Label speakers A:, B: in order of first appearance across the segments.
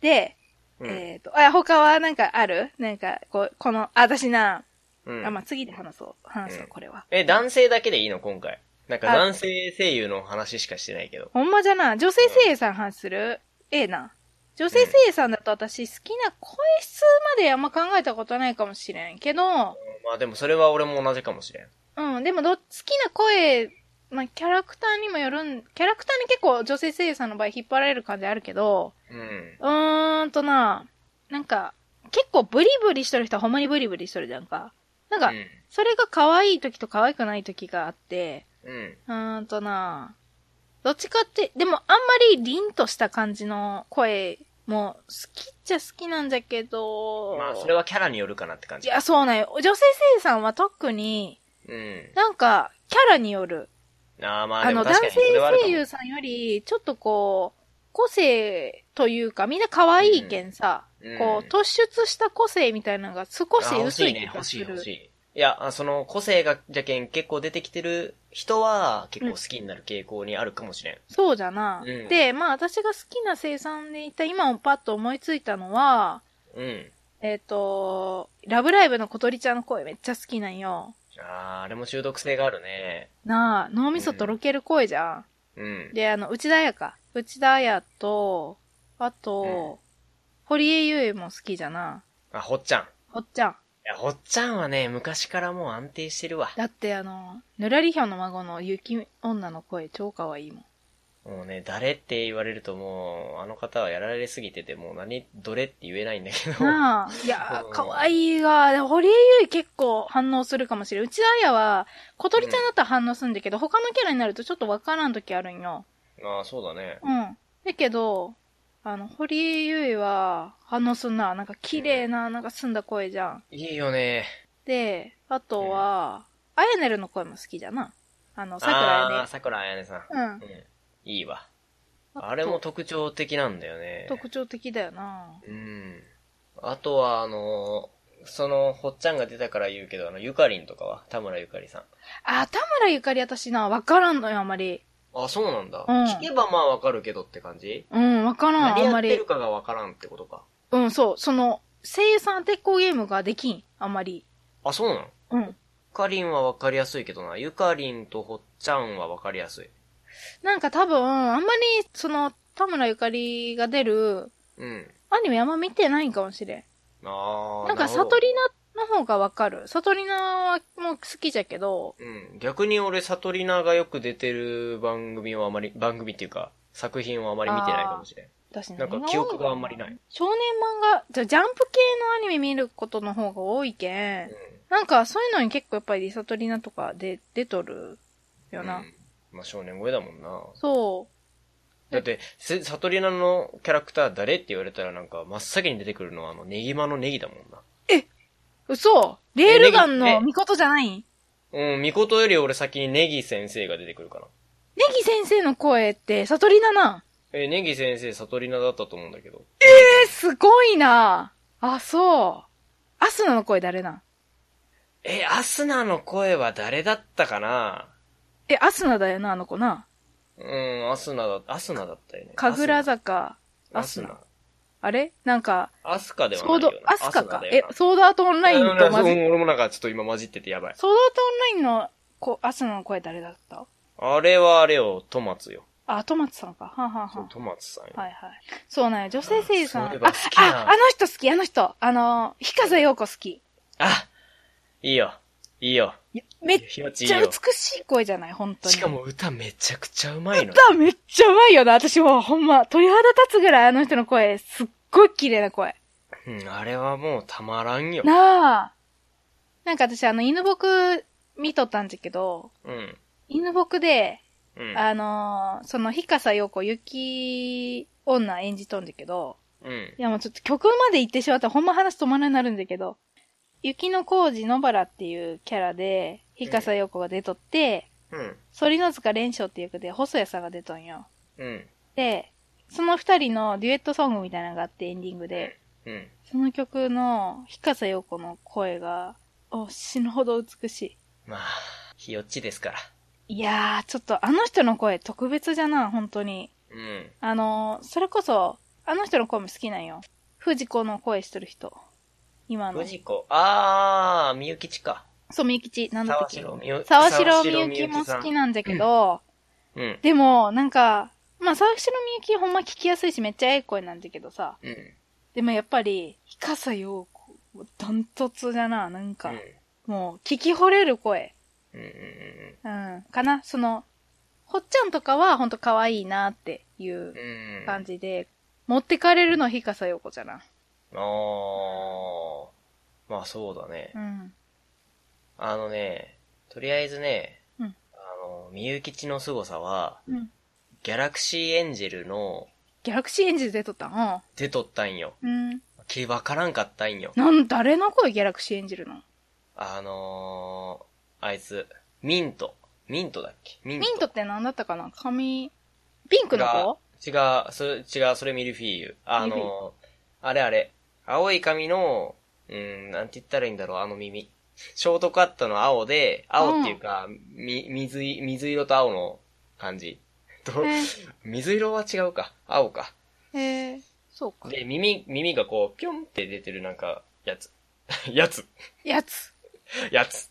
A: で、
B: うん
A: えっ、と、あ、他はなんかあるなんか、こう、この、あ、私な、
B: うん
A: あ、まあ、次で話そう。話そう、これは。
B: え、男性だけでいいの今回。なんか
A: あ
B: 男性声優の話しかしてないけど。
A: ほんまじゃな、女性声優さん話するええな。女性声優さんだと私好きな声質まであんま考えたことないかもしれんけど、
B: まあでもそれは俺も同じかもしれん。
A: うん、でもど、好きな声、まあ、キャラクターにもよるん、キャラクターに結構女性声優さんの場合引っ張られる感じあるけど、
B: うん。
A: うーんとな、なんか、結構ブリブリしとる人はほんまにブリブリしとるじゃんか。なんか、それが可愛い時と可愛くない時があって、
B: うん。うん。
A: うーんとなどっちかって、でもあんまり凛とした感じの声も好きっちゃ好きなんじゃけど、
B: まあそれはキャラによるかなって感
A: い
B: じ。
A: や、そうなんよ。女性声優さんは特に、
B: うん。
A: なんか、キャラによる。
B: ああまあ
A: あ
B: でも
A: の、
B: 確
A: 男
B: かに
A: 性
B: それはあるか
A: 声
B: も。
A: 優さんより、ちょっとこう、個性というか、みんな可愛いけんさ、
B: うん
A: こう、突出した個性みたいなのが少し薄
B: あ
A: い
B: 欲しいね
A: 気、が
B: 欲
A: す
B: しい
A: る。
B: 欲しい。いや、あその個性がじゃけん結構出てきてる人は結構好きになる傾向にあるかもしれん。
A: そうじゃな。
B: うん
A: で、まあ私が好きな生産でいた今をパッと思いついたのは、
B: うん。
A: えっ、と、ラブライブの小鳥ちゃんの声めっちゃ好きなんよ。
B: ああ、あれも中毒性があるね。
A: なあ、脳みそとろける声じゃん。
B: うん。
A: で、あの、内田彩か。内田彩と、あと、堀江優衣も好きじゃな。
B: あ、ほっちゃん。い
A: おっちゃん。
B: や、ほっちゃんはね、昔からもう安定してるわ。
A: だってあの、ぬらりひょんの孫の雪女の声超可愛いもん。
B: もうね、誰って言われるともう、あの方はやられすぎてて、もう何、どれって言えないんだけど。
A: なあ、いや
B: う
A: ー、
B: ん
A: 可愛いが、でも堀江優衣結構反応するかもしれん。内田彩は、小鳥ちゃんだったら反応するんだけど、他のキャラになるとちょっとわからん時あるんよ。
B: ああ、そうだね。
A: うん。だけど、あの、堀江優衣は、反応すんな、なんか綺麗な、なんか澄んだ声じゃん。
B: いいよね。
A: で、あとは、あやねるの声も好きじゃな。あの、桜
B: あ
A: や
B: あ、桜彩音さん。
A: ね。
B: うん。いいわ。
A: うん。
B: あれも特徴的なんだよね。
A: 特徴的だよな。
B: うん。あとは、あのーその、ほっちゃんが出たから言うけど、あの、ゆかりんとかは田村ゆかりさん。
A: あ、田村ゆかり私な、わからんのよ、あまり。
B: あ、そうなんだ。
A: うん
B: 聞けばまあわかるけどって感じ
A: うん、わからん、
B: 何
A: あん
B: や
A: ま
B: って
A: り
B: る。かがわからんってことか。
A: うん、そう、その、声優さん鉄鋼ゲームができん、あんまり。
B: あ、そうなのゆ
A: うん。
B: かりんはわかりやすいけどな。ゆかりんとほっちゃんはわかりやすい。
A: なんか多分、あんまり、その、田村ゆかりが出る、
B: うん。
A: アニメあんま見てないんかもしれん。
B: あー
A: なんか、
B: るほど
A: サトリナの方がわかる。サトリナはもう好きじゃけど、
B: うん。逆に俺、サトリナがよく出てる番組はあまり、番組っていうか、作品をあまり見てないかもしれん。
A: 私
B: なんか記憶があんまりない。
A: 少年漫画、じゃ、ジャンプ系のアニメ見ることの方が多いけん
B: うん。。
A: なんか、そういうのに結構やっぱりサトリナとかで出とるよな。
B: うんまあ、少年声だもんな。
A: そ
B: だって、せサトリナのキャラクター誰って言われたらなんか、真っ先に出てくるのはあの、ネギマのネギだもんな。
A: う。嘘レールガン
B: えネギ
A: の
B: え
A: ミコトじゃないネ
B: うん、ミコトより俺先にネギ先生が出てくるかな。
A: ギ先生の声ってサトリナな。
B: えーネギ先生、サトリナだったと思うんだけど。
A: え、すごいな。あ、そう。アスナの声誰なん
B: えー、アスナの声は誰だったかな
A: え、アスナだよな、あの子な。
B: うん、アスナだ、アスナだったよね。
A: 神楽坂、
B: ア
A: ア
B: ス
A: ス
B: ナ
A: ナ。。あれなんか、
B: アスカでは
A: ソ
B: な
A: ー
B: いよ
A: ド
B: な。、
A: アスカか。え、
B: ソ
A: ソードアートオンラインと
B: ま
A: ま
B: ず
A: ず、
B: い。
A: ソ
B: う
A: ード
B: ん俺もなんかちょっと今混じっててやばい。
A: アートオンラインの、こう、アスナの声誰だった
B: あれはあれよ、トマツよ。
A: あ、トマツさんか。はんはんは。
B: そうんトマツさんよ。
A: はいはい。そうなんや、女性声優さん。
B: うん
A: あ、
B: そういえば
A: あ
B: 好き、な
A: あの人好き、あの人。あの、ひかざようこ好き。
B: あいいよ。いいよ。
A: いやめっ
B: ひよちいい
A: ちゃ
B: よ
A: 美。しい声じゃない、本当に。
B: しかも歌めちゃくちゃうまいの。
A: 歌めっちゃうまいよな。私もうほんま、鳥肌立つぐらいあの人の声、すっごい綺麗な声。
B: うん、あれはもうたまらんよ。
A: なあ。なんか私、あの、犬僕、見とったんじゃけど、
B: うん。
A: 犬僕で、
B: うん。
A: あのーその、ひかさよこ、雪女演じとんだけど、
B: うん
A: い。やもうちょっと曲まで行ってしまったらほんま話止まらなくなるんだけど、雪の工事野原っていうキャラで、ひかさよこが出とって、
B: うん。
A: 反の塚連勝っていう役で細谷さんが出とんよ。
B: うん。
A: で、その二人のデュエットソングみたいなのがあってエンディングで、
B: うん。
A: その曲のひかさよこの声が、お、死ぬほど美し
B: まあ、ひよっちですから。
A: い。いやー、ちょっとあの人の声特別じゃな、本当に。
B: うん。
A: あの、それこそ、あの人の声も好きなんよ。藤子の声してる人。今の。
B: 藤子。あー、みゆきちか。
A: そう、みゆきち、なんだっ
B: 沢
A: け。
B: 城みゆ
A: 沢城みゆきも好き
B: な。
A: なんだけど、
B: うん。
A: でも、なんか、まあ、沢城みゆきほんま聞きやすいし、めっちゃええ声なんだけどさ。
B: うん。
A: でもやっぱり、ひかさようこ、ダントツだな、なん
B: う
A: か。
B: ん。
A: もう、聞き惚れる声。
B: うんうんうん
A: うん。かなその、ほっちゃんとかはほんと可愛いなっていう
B: うん。うん。
A: 感じで、持ってかれるのはひかさようこじゃな。
B: あー。まあそうだね。
A: うん。
B: あのね、とりあえずね、
A: うん
B: あの、みゆきちの凄さは、
A: うん。
B: ギャラクシーエンジェルの
A: ギャラクシーエンジェル出とったん
B: 出とったんよ。
A: うん。うん。
B: きわからんかったんよ。
A: なん、誰の声ギャラクシーエンジェルの
B: あのー、あいつ、ミント。ミントだっけミン
A: ミ
B: ト。
A: ントって何だったかな髪、ピンクの子
B: 違う、それ、違う、それミルフィーユ。あ
A: ミルフィー
B: のー、あれあれ。青い髪の、うーん、なんて言ったらいいんだろう、あの耳。ショートカットの青で、青っていうか、み、水い、水色と青の感じ。と、
A: え
B: 水色は違うか。青か。
A: ー、えー、そうか。
B: で、耳、耳がこう、ぴょんって出てるなんか、やつ。 やつ。
A: やつ。
B: やつ。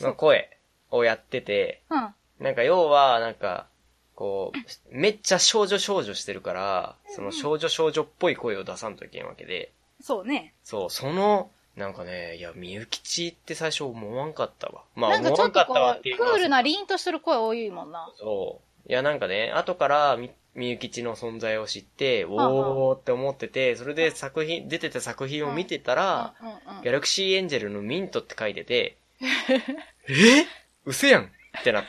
B: の声をやってて、
A: うん。
B: なんか要は、なんか、こう、めっちゃ少女少女してるから、その少女少女っぽい声を出さんといけんわけで、
A: そうね。
B: そう、その、なんかね、いや、みゆきちって最初思わんかったわ。まあ、
A: なんか
B: 思
A: ち
B: わ
A: ょ
B: ん
A: っ
B: か
A: と
B: った
A: こ
B: わっ
A: う、
B: ていう
A: ク
B: か
A: ールな凛としてる声多いもんな。
B: そう。いや、なんかね、後からみ、みゆきちの存在を知って、
A: んうん
B: おーって思ってて、それで作品、出てた作品を見てたら、
A: うんうん
B: ギャラクシーエンジェルのミントって書いてて、 え嘘やんってなっ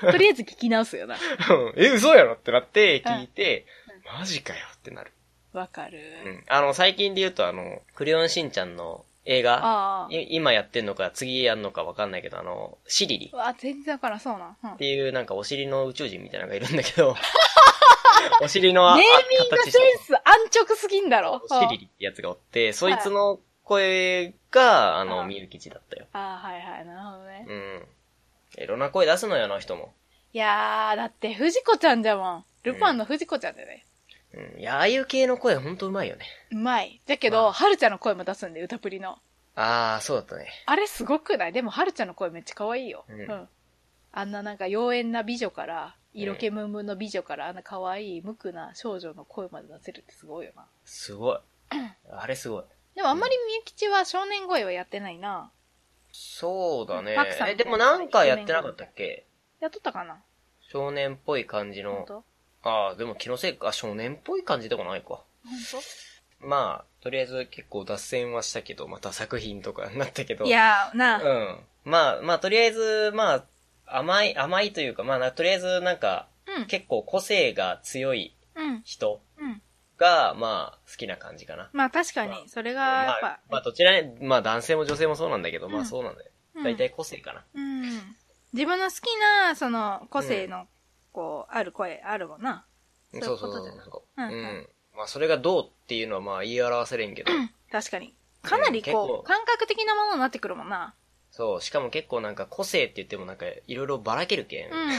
B: た。
A: うん。とりあえず聞き直すよな。
B: うんえ、嘘やろってなって聞いて、マジかよってなる。
A: わかる。
B: うん。あの、最近で言うと、あの、クレヨンしんちゃんの映画、
A: あ
B: い今やってんのか次やんのかわかんないけど、あの、シリリ
A: あ。わ、全然わからん、そうな。うん
B: っ。ていうなんかお尻の宇宙人みたいなのがいるんだ けど、お尻のあ
A: ネーミング
B: 形し
A: セ
B: た
A: ンス安直すぎんだろ。
B: シリ
A: うん
B: リってやつがおって、そいつの声が、あの、
A: うん
B: みゆきちだったよ。
A: ああ、はいはい、なるほどね。
B: うん。いろんな声出すのよ、あの人も。
A: いやー、だって、藤子ちゃんじゃもん。ルパンの藤子ちゃんだよね。
B: うん。いや、ああいう系の声ほんとうまいよね。
A: うまい。だけ
B: ま
A: ど、
B: あ
A: はるちゃんの声も出すんで、歌プリの。
B: ああ、そうだったね。
A: あれすごくないでも、はるちゃんの声めっちゃ可愛いよ。
B: う
A: うんん。あんななんか妖艶な美女から、色気ムンムンの美女から、あんな可愛い無垢な少女の声まで出せるってすごいよな。
B: す ごい。あれすごい。
A: でもあんまりみゆきちは少年声はやってないな。
B: そうだね
A: パクさ。ん
B: え、でもなんかやってなかったっけ
A: やっとったかな
B: 少年っぽい感じ
A: 本
B: の。
A: 当
B: ああ、でも気のせいか、少年っぽい感じでもないか。
A: 本
B: まあ、とりあえず結構脱線はしたけど、また作品とかになったけど。
A: 当いやー、
B: う
A: なあ、
B: ん。まあ、まあ、とりあえず、まあ、甘い、甘いというか、まあな、とりあえずなんか、
A: うん。
B: 結構個性が強い
A: うん。
B: 人
A: うん。
B: が、まあ、好きな感じかな。
A: まあ確かに、それがやっ
B: まあ
A: ぱ、、
B: まあ、どちらに、まあ、男性も女性もそうなんだけど、ま
A: う
B: あ、
A: ん
B: そうなんだよ。
A: うん
B: 大体個性かな。
A: うん。自分の好きな、その、個性の、こう、ある声、あるもんな。
B: う
A: うんん
B: そうそう
A: そう
B: そ
A: いうう
B: そうう。
A: んうん
B: うん。まあ、それがどうっていうのは、まあ、言い表せれんけど、
A: 確かに。かなり
B: うん結構
A: こう、感覚的なものになってくるもんな。
B: そう、しかも結構なんか個性って言ってもなんか、いろいろばらけるけん
A: う、ん。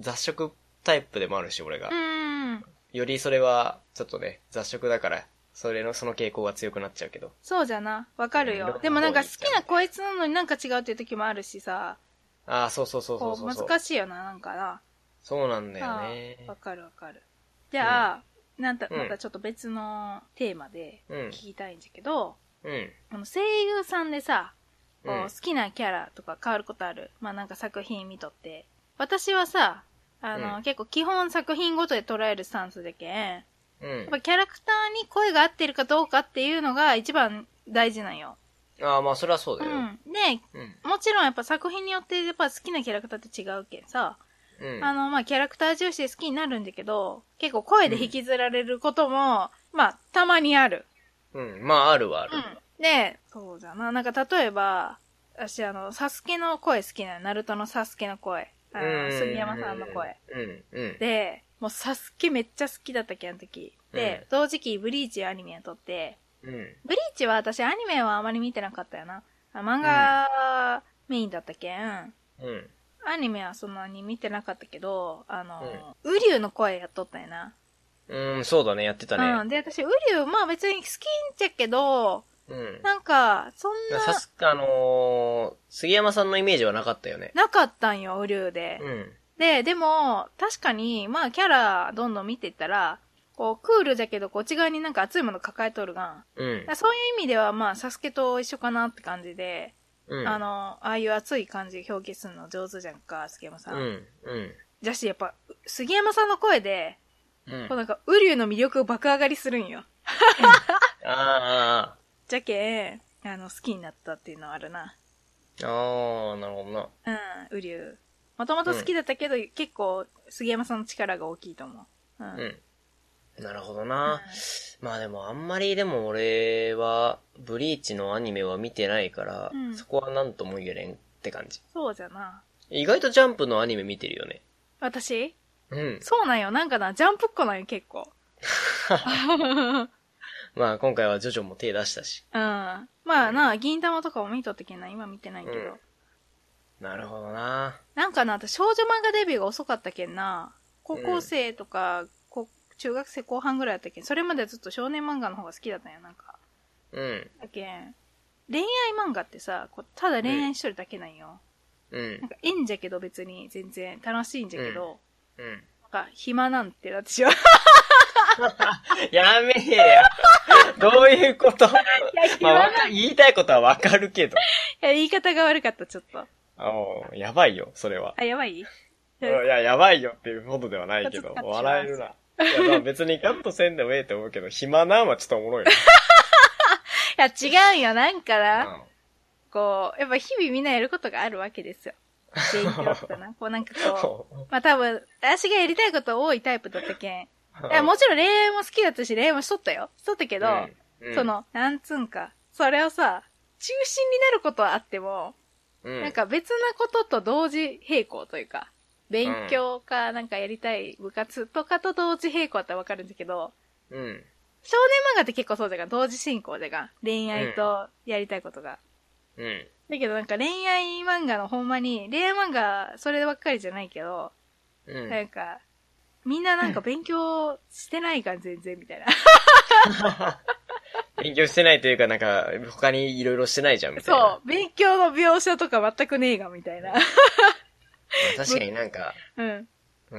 B: 雑食タイプでもあるし、俺が。
A: うん。
B: よりそれは、ちょっとね、雑食だから、それの、その傾向が強くなっちゃうけど。
A: そうじゃな。わかる
B: うん
A: よ。でもなんか
B: いろ
A: 好
B: んな方に行っち
A: きなこいつ
B: ゃう
A: なのになんか違うっていう時もあるしさ、
B: ああ、そうそうそうそう
A: こ、
B: そううそう。
A: 難しいよな、なんかな。
B: そうなんだよ
A: さ
B: ね。
A: あわかるわかる。じゃあ、なんた、
B: うん
A: またちょっと別のテーマで
B: うん
A: 聞きたいんだけど、
B: うん。
A: あの声優さんでさ、こう
B: うん
A: 好きなキャラとか変わることある、まあなんか作品見とって。私はさ、あの、
B: うん
A: 結構基本作品ごとで捉えるスタンスでけん、や
B: う
A: っ
B: ん。
A: ぱキャラクターに声が合ってるかどうかっていうのが一番大事なんよ。
B: ああ、まあ、それはそう
A: う
B: だよ。
A: ん。で、
B: うん。
A: もちろんやっぱ作品によってやっぱ好きなキャラクターって違うけんさ、
B: うん。
A: あの、まあキャラクター重視で好きになるんだけど、結構声で引きずられることも、まあたまにある。
B: うん。まあ、あるはある。
A: うん。で、そうじゃな。なんか例えば、私あの、サスケの声好きなのナルトのサスケの声。あ
B: う
A: の、
B: ん
A: 杉山さんの声。。
B: うん。うん。
A: で、もうサスケめっちゃ好きだったけん、あの時。で、同時期ブリーチアニメを撮って、
B: うん。
A: ブリーチは私アニメはあまり見てなかったよな。あ漫画メインだったけん。
B: うん。
A: アニメはそんなに見てなかったけど、あの、ウリュウの声やっとったよな。
B: うん、そうだね、やってた
A: う
B: ね。
A: ん。で、私、ウリュウ、まあ別に好きんちゃけど、
B: うん。
A: なんか、そんな、
B: さす、あのー、杉山さんのイメージはなかったよね。
A: なかったんよ、ウリュウで。
B: うん。
A: で、でも、確かに、まあキャラ、どんどん見てったら、こう、クールじゃけど、こっち側になんか熱いもの抱えとるがん。
B: うん
A: だから。そういう意味では、まあ、サスケと一緒かなって感じで、
B: うん。
A: あの、ああいう熱い感じ表記するの上手じゃんか、杉山さ。
B: うんん。うん。
A: じゃし、やっぱ、杉山さんの声で、
B: うん。
A: こうなんか、ウリュウの魅力を爆上がりするんよ。
B: ああ
A: じゃけ、あの、好きになったっていうのはあるな。
B: ー、あーあー、なるほどな。
A: うん、ウリュウ。もともと好きだったけど、結構、杉山さんの力が大きいと思う。うん。うん
B: うん。なるほどな。まあでもあんまりでも俺は、ブリーチのアニメは見てないから、
A: うん
B: そこはなんとも言えれんって感じ。
A: そうじゃな。
B: 意外とジャンプのアニメ見てるよね。
A: 私
B: うん。
A: そうなんよ。なんかな、ジャンプっ子なんよ、結 構。
B: まあ今回はジョジョも手出したし。
A: うん。まあな、銀玉とかも見とったけんな、今見てないけど。
B: うんなるほどな。
A: なんかな、私少女漫画デビューが遅かったけんな、高校生とか、こ中学生後半ぐらいだったけん、それまではずっと少年漫画の方が好きだったんよ、なんか。
B: うん。
A: だけん、恋愛漫画ってさ、こうただ恋愛しとるだけなんよ。
B: うん
A: なん。か、ええんじゃけど別に全然楽しいんじゃけど、
B: うん。
A: なんか、暇なんて、私は。 い
B: やめ えや。どういうこと
A: や、
B: まあ
A: 暇な
B: わ
A: ん
B: か言いたいことはわかるけど。
A: いや、言い方が悪かった、ちょっと。
B: あおうやばいよ、それは。
A: あ、やば い
B: いや、やばいよっていうことではないけど、笑えるな。いやまあ別にキャットせんでもええと思うけど、暇なんはちょっとおもろい
A: いや、違うよ、なんかな。
B: な。うん
A: こう、やっぱ日々みんなやることがあるわけですよ。勉強とか な。こうなんかこ
B: そう
A: う、まあ多分、私がやりたいこと多いタイプだったけん。
B: うん
A: いや、もちろん恋愛も好きだったし、恋愛もしとったよ。しとったけど、
B: うんうん
A: その、なんつうんか、それをさ、中心になることはあっても、
B: うん
A: なんか別なことと同時並行というか、勉強かなんかやりたい部活とかと同時並行だったらわかるんだけど、
B: うん。
A: 少年漫画って結構そうじゃがん、同時進行じゃがん。恋愛とやりたいことが。
B: うん。
A: だけどなんか恋愛漫画のほんまに、恋愛漫画そればっかりじゃないけど、
B: うん。
A: なんか、みんななんか勉強してないがん全然みたいな。
B: 勉強してないというか、なんか、他にいろいろしてないじゃん、みたいな。まあ
A: そう、勉強の描写とか全くねえがみたいな。
B: 確かになんか、
A: うん。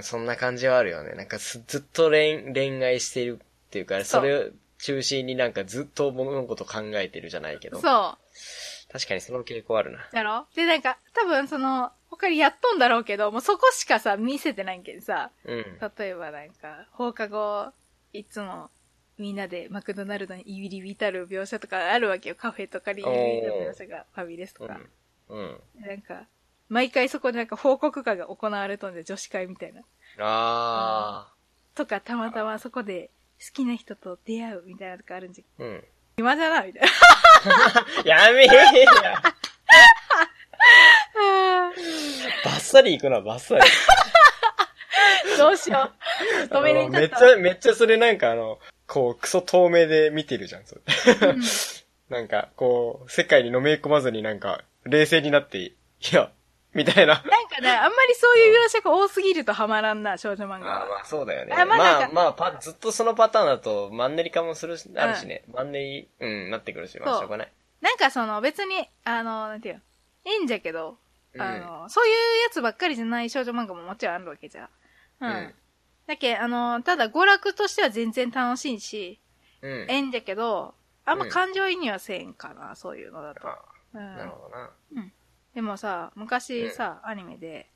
B: そんな感じはあるよね。なんかす、ずっと恋、恋愛してるっていうか、
A: そう
B: それを中心になんかずっと物事考えてるじゃないけど。
A: そ
B: 確かにその傾向あるな。
A: う。だろで、なんか、多分その、他にやっとんだろうけど、もうそこしかさ、見せてないけんさ。
B: うん。
A: 例えばなんか、放課後、いつも、みんなでマクドナルドに入り浸る描写とかあるわけよ。カフェとかに入り浸る描写が、ファミレスとか。
B: うん。うん。
A: なんか、毎回そこでなんか報告会が行われとんで、女子会みたいな。
B: あ
A: とか、たまたまそこで好きな人と出会うみたいなとかあるんじゃ、
B: ー。うん。
A: 暇じゃなみたいな。
B: やめえや
A: あ
B: バッサリ行くな、バッサリ。
A: ー どう しよう。止めれんか
B: め
A: っ
B: ったち。ゃ、めっちゃそれなんかあの、こう、クソ透明で見てるじゃん、それ。
A: うん
B: なんか、こう、世界にのめり込まずになんか、冷静になって、いや、みたいな。
A: なんかね、あんまりそういう描写が多すぎるとハマらんな、少女漫画
B: あ
A: は。
B: まあそうだよね。
A: あま
B: ま
A: あなん
B: あ
A: か
B: まあパずっとそのパターンだとマンネリ化もするし、あるしね。マンネリ、うん、なってくるし、ま
A: そ
B: あ
A: う
B: しょうがない。
A: なんかその別に、あの、なんていうの、いいんじゃけど、
B: うん
A: あの、そういうやつばっかりじゃない少女漫画ももちろんあるわけじゃ。うん。
B: うん
A: だけあの、ただ娯楽としては全然楽しいし、
B: うん。
A: ええんじゃけど、あんま
B: うん
A: 感情移入はせんかな、そういうのだと。
B: あ
A: う
B: なる
A: ん。
B: ほどな。
A: でもさ、昔さ、アニメで、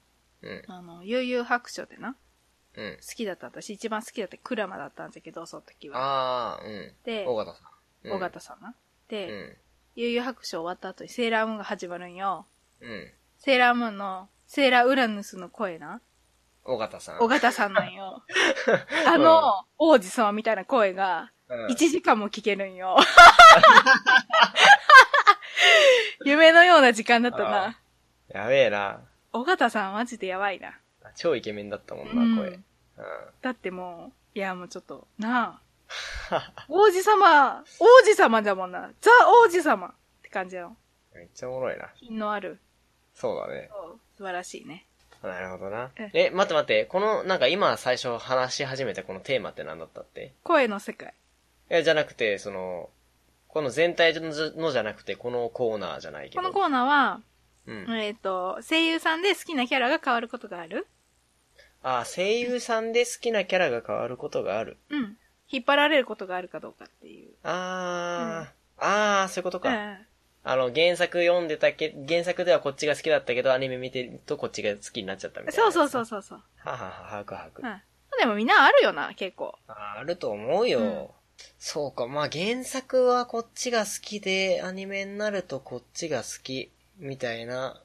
B: うん、
A: あの、悠々白書でな、
B: うん。
A: 好きだった私、一番好きだったクラマだったんだけど、その時は。
B: ああ、うん。
A: で、
B: 大型さん。
A: 尾形さんな。
B: うん。う
A: で、
B: ん。
A: 悠々白書終わった後にセーラームーンが始まるんよ。
B: うん。
A: セーラームーンの、セーラーウラヌスの声な、
B: 大型さん。
A: 尾形さんなん よ。あの、王子様みたいな声が、
B: うん
A: 1時間も聞けるん よ。夢のような時間だった
B: あー
A: な。
B: やべえな。
A: 尾形さんマジでやばいな。
B: 超イケメンだったも
A: うん
B: な、声。うん。
A: だってもう、いやもうちょっと、 なあ。王子様、王子様だもんな。ザ王子様って感じの。
B: めっちゃおもろいな。
A: 品のある。
B: そうだね。
A: そう素晴らしいね。
B: うなるほどな
A: うん。
B: え、待って待って、この、なんか今最初話し始めたこのテーマって何だったって
A: 声の世界。
B: え、じゃなくて、その、この全体のじゃのじゃなくて、このコーナーじゃないけ
A: こ
B: ど。
A: のコーナーは、
B: うん。
A: えっ、と、声優さんで好きなキャラが変わることがある
B: あ、声優さんで好きなキャラが変わることがある。
A: うん。引っ張られることがあるかどうかっていう。
B: あー、あー、そういうこと
A: う
B: か。
A: ん。
B: あの、原作読んでたけ、原作ではこっちが好きだったけど、アニメ見てるとこっちが好きになっちゃったみたいな
A: そう
B: やつ。
A: そうそうそうそう。
B: ははは、はくはく。
A: うん。でもみんなあるよな、結構。
B: ああると思うよ。
A: うん
B: そうか、まあ原作はこっちが好きで、アニメになるとこっちが好き、みたいな。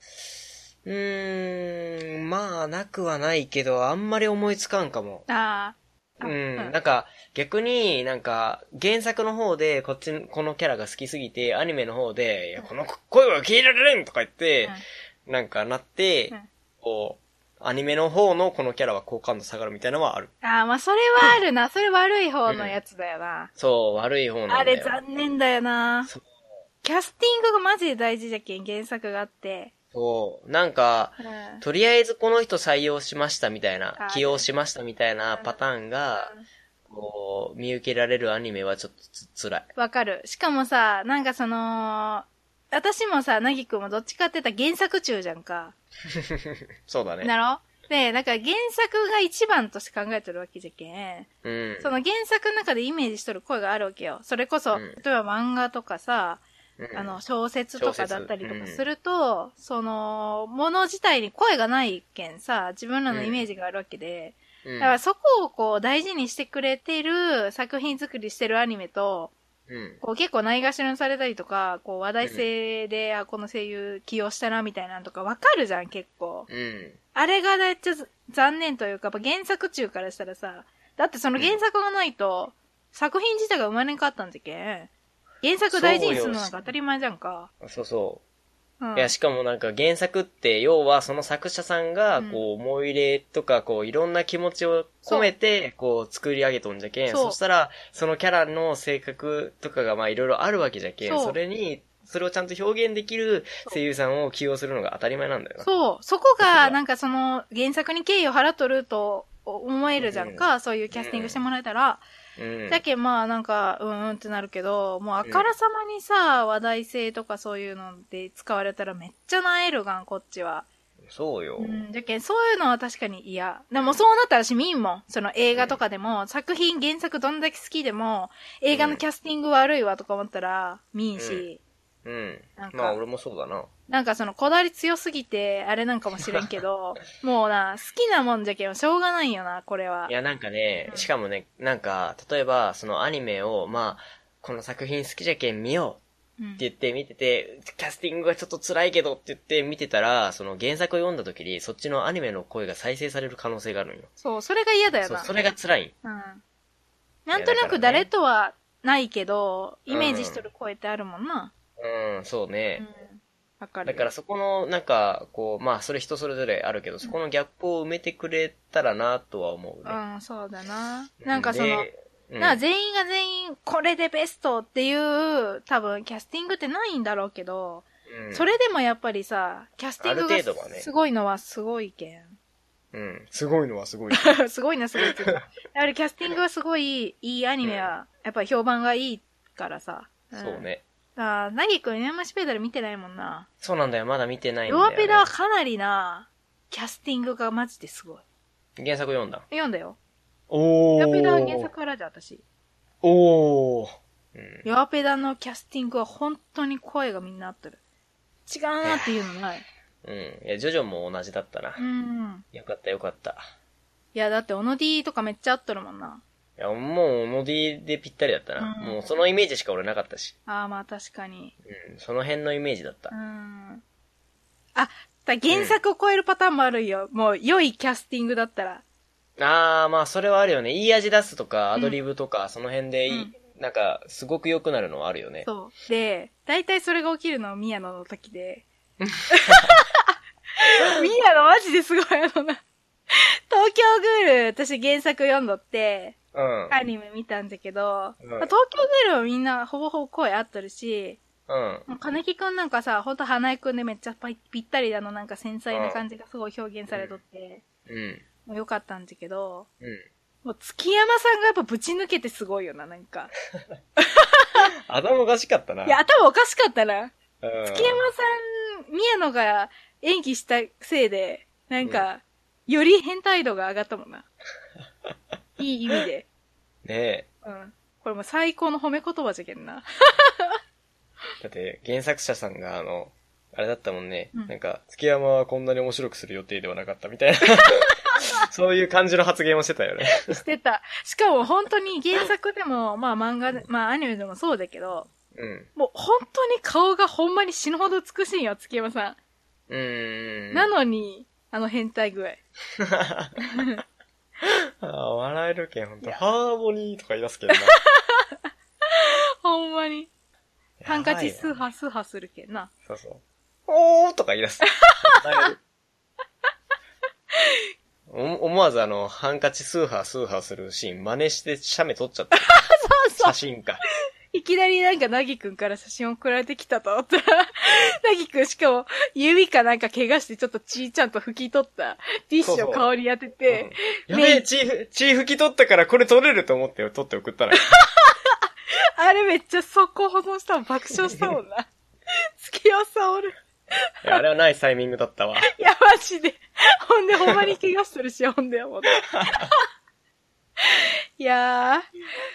B: うーん、まあなくはないけど、あんまり思いつかんかも。
A: ああ。あ
B: うん、なんか逆になんか原作の方でこっち、このキャラが好きすぎて、アニメの方で、いや、この声は消えられんとか言って、なんかなって、
A: うん
B: こう、アニメの方のこのキャラは好感度下がるみたいなのはある。
A: ああ、まあ、それはあるな。それ悪い方のやつだよな。
B: そう、悪い方なんだよ。
A: あれ残念だよな
B: そう。
A: キャスティングがマジで大事じゃけん、原作があって。
B: そう。なんか、
A: うん。
B: とりあえずこの人採用しましたみたい
A: あ
B: な
A: ー、
B: 起用しましたみたいなパターンが
A: うん、
B: こう、見受けられるアニメはちょっとつ辛い。
A: わかる。しかもさ、なんかその、私もさ、なぎくんもどっちかって言ったら原作中じゃんか。
B: そうだね。
A: なろで、なんか原作が一番として考えてるわけじゃけん。
B: うん。
A: その原作の中でイメージしとる声があるわけよ。それこそ、
B: うん
A: 例えば漫画とかさ、
B: うん
A: あの、小説とかだったりと
B: 小
A: か
B: 説
A: すると、その、もの自体に声がないけんさ、自分らのイメージがあるわけで、
B: うん
A: だからそこをこう大事にしてくれてる作品作りしてるアニメと、
B: うん。
A: こう結構ないがしろにされたりとか、こう話題性で、あ、この声優起用したなみたいなのとかわかるじゃん、結構。
B: うん。
A: あれがめっちゃ残念というか、やっぱ原作中からしたらさ、だってその原作がないと、作品自体が生まれんかったんじゃけん。原作大事にするのなんか当たり前じゃんか。
B: そうそうう。
A: ん
B: いや、しかもなんか原作って、要はその作者さんが、こう、思い入れとか、こう、いろんな気持ちを込めて、こう、作り上げとんじゃけん。
A: そう
B: そしたら、そのキャラの性格とかが、まあ、いろいろあるわけじゃけん。
A: そう
B: それに、それをちゃんと表現できる声優さんを起用するのが当たり前なんだよな。
A: そう、そこがなんかその原作に敬意を払っとると思えるじゃんか、そういうキャスティングしてもらえたら。
B: うん。
A: だけんまあなんか、うんうんってなるけど、もうあからさまにさ、話題性とかそういうので使われたらめっちゃなえるがん、こっちは。
B: そうよ。
A: うん、じゃけん、そういうのは確かに嫌。でもそうなったらし、みんもん。その映画とかでも、作品、原作どんだけ好きでも、映画のキャスティング悪いわとか思ったら、みんし、
B: うん。
A: なんか
B: まあ俺もそうだな。
A: なんかそのこだわり強すぎて、あれなんかもしれんけ
B: 。
A: ど、もうな、好きなもんじゃけん、しょうがないよな、これはい
B: やなんかね
A: う、ん
B: しかもね、なんか、例えばそのアニメを、まあ、この作品好きじゃけん見よ
A: うん
B: うって言って見てて、キャスティングがちょっと辛いけどって言って見てたら、その原作を読んだ時にそっちのアニメの声が再生される可能性があるんよ。
A: そう、それが嫌だよ
B: そう、
A: な。
B: それが辛い。
A: うん。なんとなく誰とはないけど、イメージしとる声ってあるもんな。
B: うん、そう
A: うん
B: ね。。
A: わかる
B: だ
A: よ。
B: からそこの、なんか、こう、まあ、それ人それぞれあるけど、そこのギャップを埋めてくれたらなとは思うね。
A: うん、そうだな。
B: う
A: なんかその、
B: でうん
A: な、全員が全員、これでベストっていう、多分、キャスティングってないんだろうけど、
B: うん
A: それでもやっぱりさ、キャスティング
B: ある程度は
A: が
B: ね
A: すごいのはすごいけん。
B: うん。すごいのはすごい。
A: すごいな、すごいって言うか。やはりキャスティングがすごいいいアニメは、やっぱり評判がいいからさ。ん
B: そう。ね。
A: ああ、なぎくん、山シペダル見てないもんな。
B: そうなんだよ、まだ見てないんだよ、
A: 弱
B: ね。
A: ペダはかなりな、キャスティングがマジですごい。
B: 原作読んだ。
A: 読んだよ。
B: お
A: 弱ペダは原作からじゃ、私。
B: おー。うん。
A: 弱ペダのキャスティングは本当に声がみんな合ってる。違うなっていうのない。
B: うん。いや、ジョジョも同じだったな
A: う。ん。
B: よかった、よかった。
A: いや、だって、オノディとかめっちゃ合っとるもんな。
B: いや、もう、モディでぴったりだったな。
A: うん
B: もう、そのイメージしか俺なかったし。
A: ああ、まあ確かに。
B: うん。その辺のイメージだった
A: う。ん。あ、だ原作を超えるパターンもあるよ。もう、良いキャスティングだったら。
B: あー、まあ、それはあるよね。いい味出すとか、
A: う
B: ア
A: ん
B: ドリブとか、その辺でいい、
A: うん
B: なんか、すごく良くなるのはあるよね。
A: そう。で、大体それが起きるの宮野の時 で。宮野マジですごいあのな。東京グール、私原作読んどって、
B: うん。
A: アニメ見たんだけど、
B: うん
A: まあ東京グールはみんなほぼほぼ声合っとるし、
B: うん。
A: もう金木くんなんかさ、ほんと花井くんでめっちゃぱいぴったりだの、なんか繊細な感じがすごい表現されとって、
B: うん。
A: もう良かったんだけど、
B: うん。
A: もう月山さんがやっぱぶち抜けてすごいよな、なんか。
B: 頭おかしかったな。
A: いや、頭おかしかったな。
B: うん、
A: 月山さん、宮野が演技したせいで、なんか、より変態度が上がったもんな。いい意味で。
B: ねえ。
A: うん。これもう最高の褒め言葉じゃけんな。
B: だって、原作者さんが、あの、あれだったもんね。
A: うん
B: なんか、月山はこんなに面白くする予定ではなかったみた いな。そういう感じの発言をしてたよね。
A: してた。しかも本当に原作でも、まあ漫画で、まあアニメでもそうだけど、
B: うん。
A: もう本当に顔がほんまに死ぬほど美しいんよ、月山さ
B: うー
A: ん。
B: ん。
A: なのに、あの変態具合。
B: あー笑えるけん、ほん
A: い
B: と。
A: や
B: ハーモニーとか言い出すけどな。
A: ほんまに。 ハンカチス
B: やば
A: ー
B: いよ
A: ハースーハーするけんな。
B: そうそう。おーとか言い出す。 笑えるお思わずあの、ハンカチスーハースーハーするシーン、真似して写メ撮っちゃった。
A: そう
B: 写真か。
A: いきなりなんか、なぎくんから写真送られてきたと思 ったら、なぎくんしかも、指かなんか怪我してちょっと血ちゃんと拭き取ったティッシュを顔に当てて、
B: うんやべえ、チーフ、チーフき取ったからこれ取れると思って取って送ったら。
A: あれめっちゃ速攻保存したもん、爆笑したもんな。月夜さおる。
B: いやあれはナイスタイミングだったわ。
A: いや、マジで。ほんで、ほんまに怪我するし、ほんで、ほ んといやー。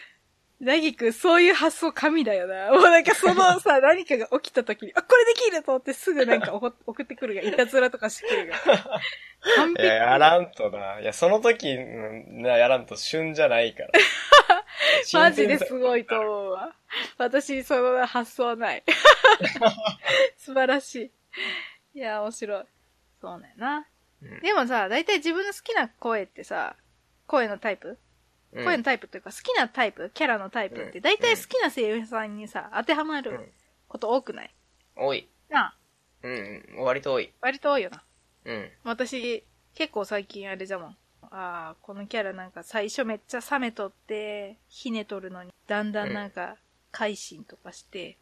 A: なぎくん、そういう発想神だよな。もうなんかそ のさ、何かが起きた時に、あ、これできると思ってすぐなんかおこ送ってくるが、いたずらとかしてくるが。完
B: い
A: 璧。
B: や、やらんとな。いや、その時、うんなやらんと旬じゃないから。
A: マジですごいと思うわ。私、その発想 ない。素晴らしい。いや、面白い。そうだよな。
B: うん
A: でもさ、だいたい自分の好きな声ってさ、声のタイプ
B: うん
A: 声のタイプっていうか、好きなタイプキャラのタイプって、だいたい好きな声優さんにさ、当てはま
B: う
A: る
B: ん
A: こと多くない
B: 多い。
A: なあ、
B: うんうん、割と多い。
A: 割と多いよな。
B: うん。
A: 私、結構最近あれじゃもん。ああ、このキャラなんか最初めっちゃ冷めとって、ひねとるのに、だんだんなんか、改心とかして、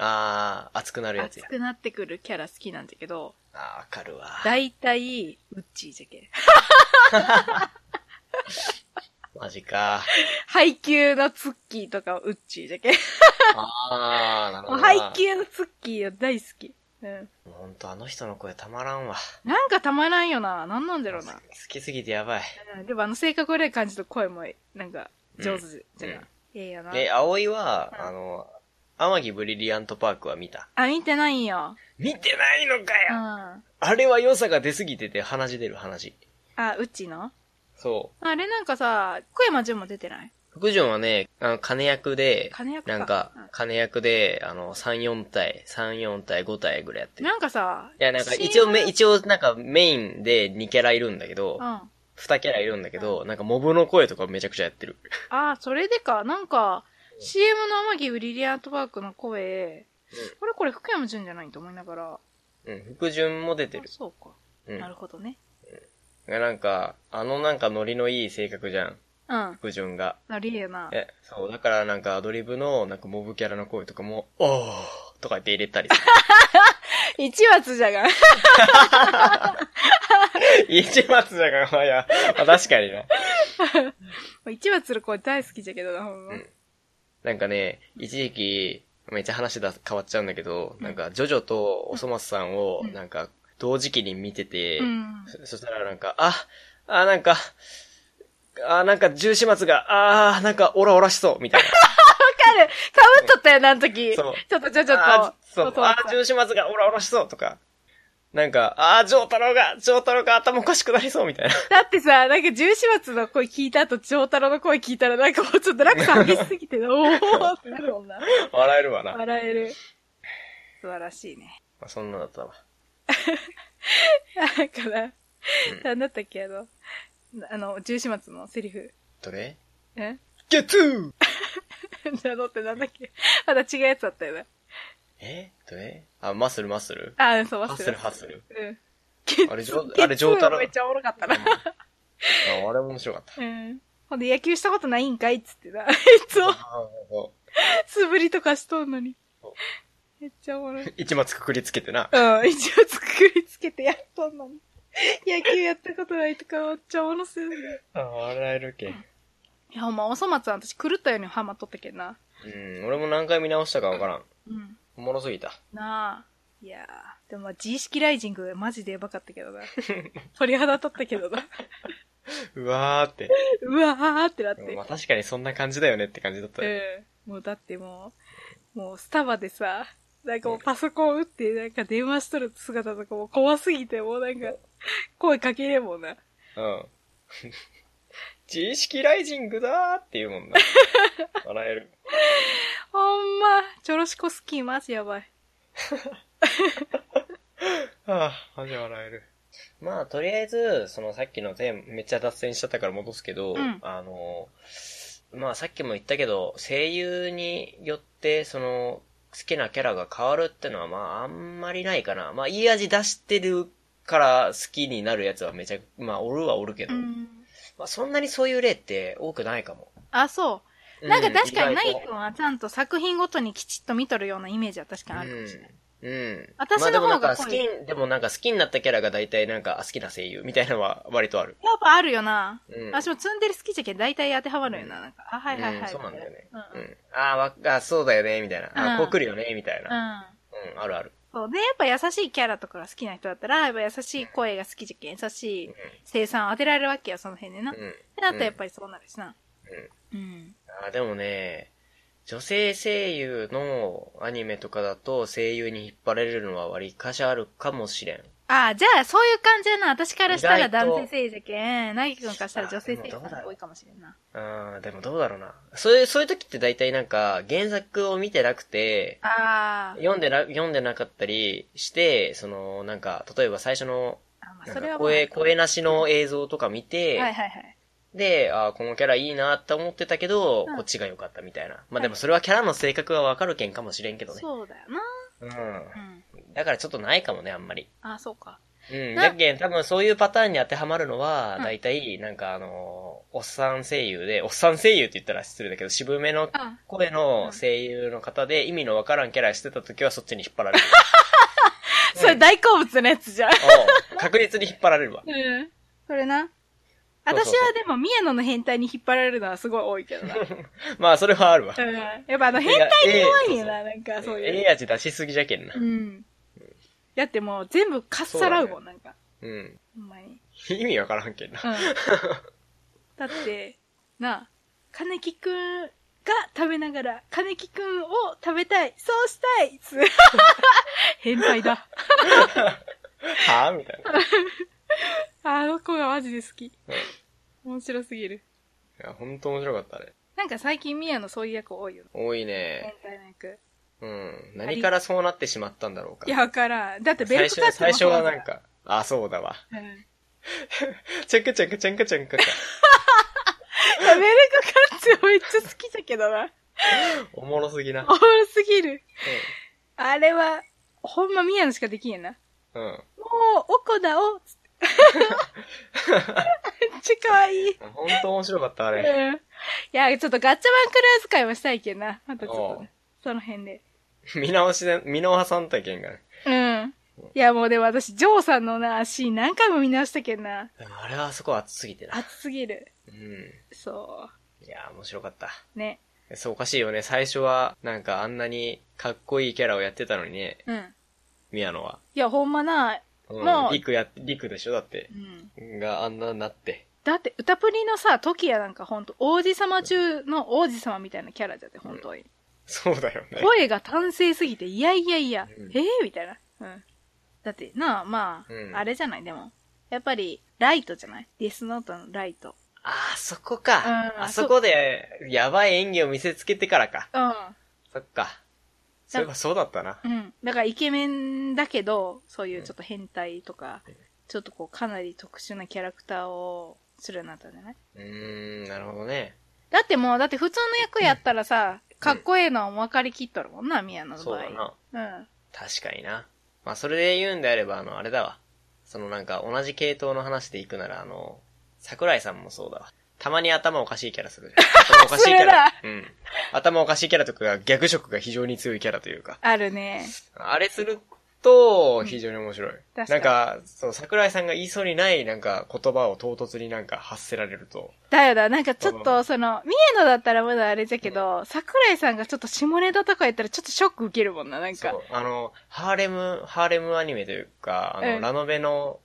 B: あー、熱くなるやつ
A: 熱
B: や。
A: くなってくるキャラ好きなんだけど、
B: あー、わかるわ。
A: だいたい、ウッチーじゃけん。
B: マジか。
A: 配給のツッキーとかはウッチーじゃけん。
B: あー、なるほ
A: もう
B: どな。
A: 配給のツッキーは大好き。うん。
B: ほんと、あの人の声たまらんわ。
A: なんかたまらんよな。なんなんだろ
B: 好
A: うな。
B: きすぎてやばい。
A: うんでもあの性格悪い感じと声も、なんか、上手じゃない。
B: うん
A: ええよな。
B: で、葵は、
A: うん
B: あの、天城ブリリアントパークは見た。
A: あ、見てないんよ。
B: 見てないのか
A: うん。
B: よ、
A: あ、
B: あれは良さが出すぎてて鼻血出る鼻血。
A: ウッチーの
B: そう。
A: あれなんかさ、小山純も出てない
B: 福潤はね、あの、金役で、
A: 金役か
B: なんか
A: うん、
B: 金役で、あの、3、4体、3、4体、5体ぐらいやってる。
A: なんかさ、
B: いや、なんか、
A: シーン
B: 一応め、一応、なんか、メインで2キャラいるんだけど
A: うん。、あ
B: 2キャラいるんだけど、なんか、モブの声とかめちゃくちゃやってる。
A: あ、それでか、なんか、CM の天城ウリリアントパークの声、あれこれ福山純じゃないと思いながら、
B: うん、福潤も出て
A: あ
B: る。
A: そうか。
B: うん。
A: なるほどね。
B: なんか、あのなんかノリのいい性格じゃん、
A: うん。
B: 福潤が。
A: なりえよ な。
B: え、そう、だからなんかアドリブの、なんかモブキャラの声とかも、おーとか言って入れ たりす
A: 一松じゃが。
B: る。一松じゃが、まあいや、まあ確かにな。
A: 一松の声大好きじゃけどな、ほんま。
B: うんなんかね、一時期、めっちゃ話だ変わっちゃうんだけど、なんか、ジョジョとおそ松さんを
A: う、ん
B: なんか、同時期に見てて、
A: うん。
B: そそしたらなんか、あ、あ、なんか、あ、なんか、重始末が、あー、なんか、オラオラしそう、みたい な。
A: かるかぶっとったよな、あの時。ち
B: そ
A: ょ
B: う
A: っと、ちょ、ちょっ
B: あ
A: と。
B: ーそう、あー、重始末がオラオラしそう、とか。なんか、あー、ジョー太郎が、ジョー太郎が頭おかしくなりそう、みたいな。
A: だってさ、なんか、十四松の声聞いた後、長太郎の声聞いたら、なんかもうちょっと落差激しすぎて、おーってなるもんな。
B: 笑えるわな。ま
A: 笑える。素晴らしいね。
B: あ、そんなだったわ。
A: だから、なんだったっけ、あの、あの、十四松のセリフ。
B: どれ
A: え
B: ゲッツー
A: なのってなんだっけまた違うやつだったよな。
B: えどれあ、マッスルマッスル
A: あ、そう、
B: ハッ
A: 忘
B: ス
A: れ
B: ルハッスル。
A: うん。
B: あ
A: ゲ
B: れ
A: ッツ
B: 上
A: ゲッツー
B: あれ上太郎
A: めっちゃおもろかったな。
B: あ、あれ面白かった。
A: うん。ほんで、野球したこと ないんかいっつってな。いつも
B: あーそう
A: 素振りとかしとんのに
B: そう。
A: めっちゃおもろい。
B: 一末くくりつけてな。
A: うん、一応作りつけてやっとんのに。野球やったことないとかめっちゃおもろすぎる。
B: あ、笑えるけ。
A: いや、ほんま、おそ松は私狂ったようにハマっとったけんな。
B: うん、俺も何回見直したかわからん。
A: うん。
B: おもろすぎた。
A: なあ。いやーでもまあ、自意識ライジングマジでやばかったけどな。鳥肌立ったけどな。
B: うわーって。
A: うわーってなっ
B: で
A: て。
B: もまあ確かにそんな感じだよねって感じだったよ。
A: うん。もうだってもう、もうスタバでさ、なんかもうパソコン打ってなんか電話しとる姿とかもう怖すぎてもうなんか、声かけれんもんな。
B: うん。自意識ライジングだーって言うも んな。笑える。
A: ほんま、チョロシコスキーマジやばい。
B: ああ、マジ笑える。まあ、とりあえず、そのさっきのテーマ、めっちゃ脱線しちゃったから戻すけど、
A: うん
B: あの、まあさっきも言ったけど、声優によって、その、好きなキャラが変わるってのは、まああんまりないかな。まあいい味出してるから好きになるやつはめちゃく、まあおるはおるけど、
A: うん。
B: まあそんなにそういう例って多くないかも。
A: あ、そう。なんか確かに、
B: な
A: ナ
B: い
A: イ君はちゃんと作品ごとにきちっと見とるようなイメージは確かにあるかもしれない。
B: うん。うん。
A: 私の
B: まあでもなんか
A: 方が
B: 好
A: 濃い
B: き、でもなんか好きになったキャラが大体なんかあ好きな声優みたいなのは割とある。
A: やっぱあるよな。
B: うん。
A: 私もツンデレ好きじゃけん大体当てはまるよ
B: う
A: な。
B: ん
A: なんか、あ、はいはい
B: うん
A: はい。
B: そうなんだよね。
A: うん。
B: う
A: うん
B: ん。あーわあ、そうだよね、みたいな。あー
A: うん
B: こう来るよね、みたいな。うん、あるある。
A: そう。で、やっぱ優しいキャラとかが好きな人だったら、やっぱ優しい声が好きじゃけん、優しい生産当てられるわけよ、その辺でな。
B: う
A: って
B: ん。
A: なったらやっぱりそうなるしな。う
B: う
A: ん。
B: あーでもね、女性声優のアニメとかだと声優に引っ張られるのは割かしあるかもしれん。
A: ああ、じゃあ、そういう感じやな。私からしたら
B: 意外と
A: 男性性じゃけん。なぎくんからしたら女性性
B: あでもどう
A: が
B: だろう
A: 多いかもしれんな。
B: あーでもどうだろうな。そういう、そういう時って大体なんか原作を見てなくて、
A: あー
B: 読んでな、読んでなかったりして、その、なんか、例えば最初の、
A: あ。まあ、
B: なん
A: それは
B: か
A: もう。
B: 声、声なしの映像とか見て、
A: はいはいはい。
B: で、あーこのキャラいいなって思ってたけど、
A: うん
B: こっちが良かったみたいな。ま
A: は
B: あ
A: い
B: でもそれはキャラの性格がわかるけんかもしれんけどね。
A: そうだよ
B: うん。
A: な。うん。
B: だからちょっとないかもね、あんまり。
A: ああ、そうか。
B: うん。
A: な
B: だけん、多分そういうパターンに当てはまるのは、
A: うん
B: だいたい、なんかあのーおっさん声優で、おっさん声優って言ったら失礼だけど、渋め
A: う
B: の
A: ん。
B: 声
A: う
B: の
A: ん
B: 声優の方で、意味のわからんキャラしてた時はそっちに引っ張られる。
A: それ大好物のやつじゃん。
B: おう確実に引っ張られるわ。
A: うん。それな。
B: そうそ
A: 私
B: うそう
A: はでも、宮野の変態に引っ張られるのはすごい多いけど な。うん。
B: まあ、それはあるわ。
A: やっぱあの変態に弱いんやな、なんか そう
B: え
A: い
B: え
A: う。
B: 味出しすぎじゃけんな
A: う。ん。だってもう全部かっさらうもん、なんか。
B: うん。
A: ほんまに。
B: 意味わからんけんな。
A: うん。だって、なあ、金木くんが食べながら、金木くんを食べたい、そうしたいつ 変態だ。
B: はぁみたいな。
A: あの子がマジで好き。
B: うん
A: 面白すぎる。
B: いや、ほんと面白かった、あれ。
A: なんか最近ミヤのそういう役多いよね。
B: 多い
A: 変
B: ね。
A: 態の役。
B: うん。何からそうなってしまったんだろうか。
A: いや、、わからん。だってベ
B: 最
A: ルト
B: 初
A: カッ、ト
B: 最初はなん
A: か。
B: か、あ、そうだわ。
A: うん。いやベル
B: チャンカチャンカチャンカチャンカか。
A: トカットめっちゃ好きだけどな。
B: おもろすぎな
A: お。もろすぎる。あれは、ほんまミヤのしかできんやな。
B: うん。うん
A: もう、おこだ おつって。めっちゃ可愛い。
B: ほんと面白かった、あ
A: うん。い
B: れ。
A: や、ちょっとガッチャマンクルーズ会はしたいけんな。またちょっと
B: おう
A: ね、その辺で。
B: 見直しで、見直さん体験がね。
A: うん。いや、もうでも私、ジョーさんのな、シーン何回も見直したけんな。
B: でもあれはあそこ熱すぎてな。
A: 熱すぎる。
B: うん。
A: そ
B: いや、面白かった。
A: う。ね。
B: そう、おかしいよね。最初は、なんかあんなにかっこいいキャラをやってたのにね、
A: うん。
B: 宮野は。
A: いや、ほんまな、
B: うん。
A: もう
B: リクや、リクでしょだって
A: う。ん。
B: があんなになって。
A: だって、歌プリのさ、トキヤなんかほんと、王子様中の王子様みたいなキャラじゃって、本当に。
B: そうだよね。
A: 声が単声すぎて、いやいやいや、
B: うん
A: えー、みたいな。うん。だって、なあ、まあ、
B: うん
A: あれじゃない、でも。やっぱり、ライトじゃないデスノートのライト。
B: あそこか。
A: うん
B: あそこで、やばい演技を見せつけてからか。
A: うん。
B: そっか。そういえばそうだったな。
A: うん。だから、イケメンだけど、そういうちょっと変態とか、ちょっとこう、かなり特殊なキャラクターをするようになったんじゃないう
B: ーん、なるほどね。
A: だってもう、だって普通の役やったらさ、かっこええのは分かりきっとるもんな、宮野の
B: そう
A: 場合。
B: だな。
A: うん。
B: 確かにな。まあ、それで言うんであれば、あの、あれだわ。そのなんか、同じ系統の話で行くなら、あの、桜井さんもそうだわ。たまに頭おかしいキャラする じゃん。頭おかしいキャラ。うん。頭おかしいキャラとか逆色が非常に強いキャラというか。
A: あるね。
B: あれすると、非常に面白い。
A: 確か
B: な
A: に
B: んか、そう、桜井さんが言いそうにないなんか言葉を唐突になんか発せられると。
A: だよだ、なんかちょっと、その、三重のだったらまだあれじゃけど、桜井さんがちょっと下ネタとか言ったらちょっとショック受けるもんな、なん
B: そ
A: か
B: う。。あの、ハーレム、ハーレムアニメというか、あの、
A: うん
B: ラノベの、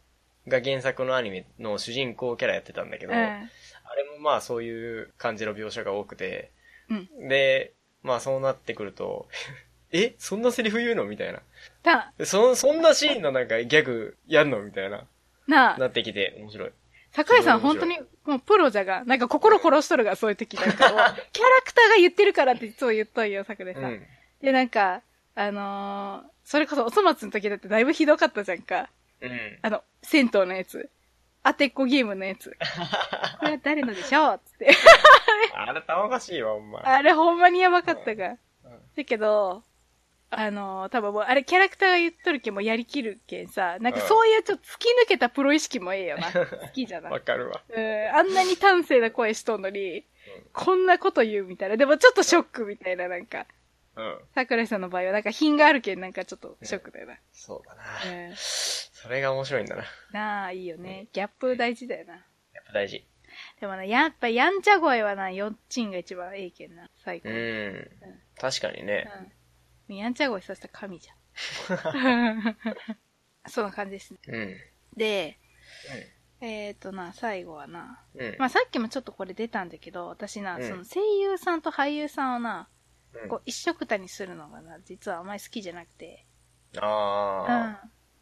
B: が原作のアニメの主人公キャラやってたんだけ
A: う
B: ど、
A: ん。
B: あれもまあそういう感じの描写が多くて、
A: うん。
B: で、まあそうなってくると、 えそんなセリフ言うのみたいな。
A: だ、
B: そ、そんなシーンのなんかギャグやんのみたいな。
A: なあ、
B: なってきて、面白い。
A: 桜井さん
B: すごい
A: 本
B: 面
A: 当
B: 白い
A: にもうプロじゃが、なんか心殺しとるが、そういう時なん かもうキャラクターが言ってるからってそう言ったんよ、桜井
B: う
A: さん。
B: ん。
A: で、なんか、あのーそれこそおそ松の時だってだいぶひどかったじゃんか。
B: うん。
A: あの、銭湯のやつ。当てっこゲームのや つ。これは誰のでしょうつって。
B: あれ、たまかしいわ、ほんま。
A: あれほんまにやばかったが。
B: うん
A: だけど、あのー多分もう、あれキャラクターが言っとるけんもうやりきるけんさ、なんか
B: うん
A: そういうちょっと突き抜けたプロ意識もええよな。好きじゃな
B: わ
A: い。
B: かるわ。
A: うん、あんなに端正な声しとんのに、こんなこと言うみたいな。でもちょっとショックみたいな、なんか。
B: うん。
A: 桜井さんの場合は、なんか品があるけん、なんかちょっとショックだよな。
B: そうだな。
A: うん
B: それが面白いんだな。や
A: なあ、いいよね。ギャップ大事だよな。
B: っぱ大事。
A: でもな、やっぱやんちゃ声はな、よっちんが一番ええけんな。最高。
B: う
A: うん
B: ん。確かにね。
A: やんちゃ声させた神じゃ ん。そんな感じですね。
B: うん。
A: で、えっ、ー、とな、最後はな。
B: うん。
A: まあさっきもちょっとこれ出たんだけど、私な、
B: うん
A: その声優さんと俳優さんをな、
B: うん
A: こう一緒くたにするのがな、実はあまり好きじゃなくて。うん。
B: あ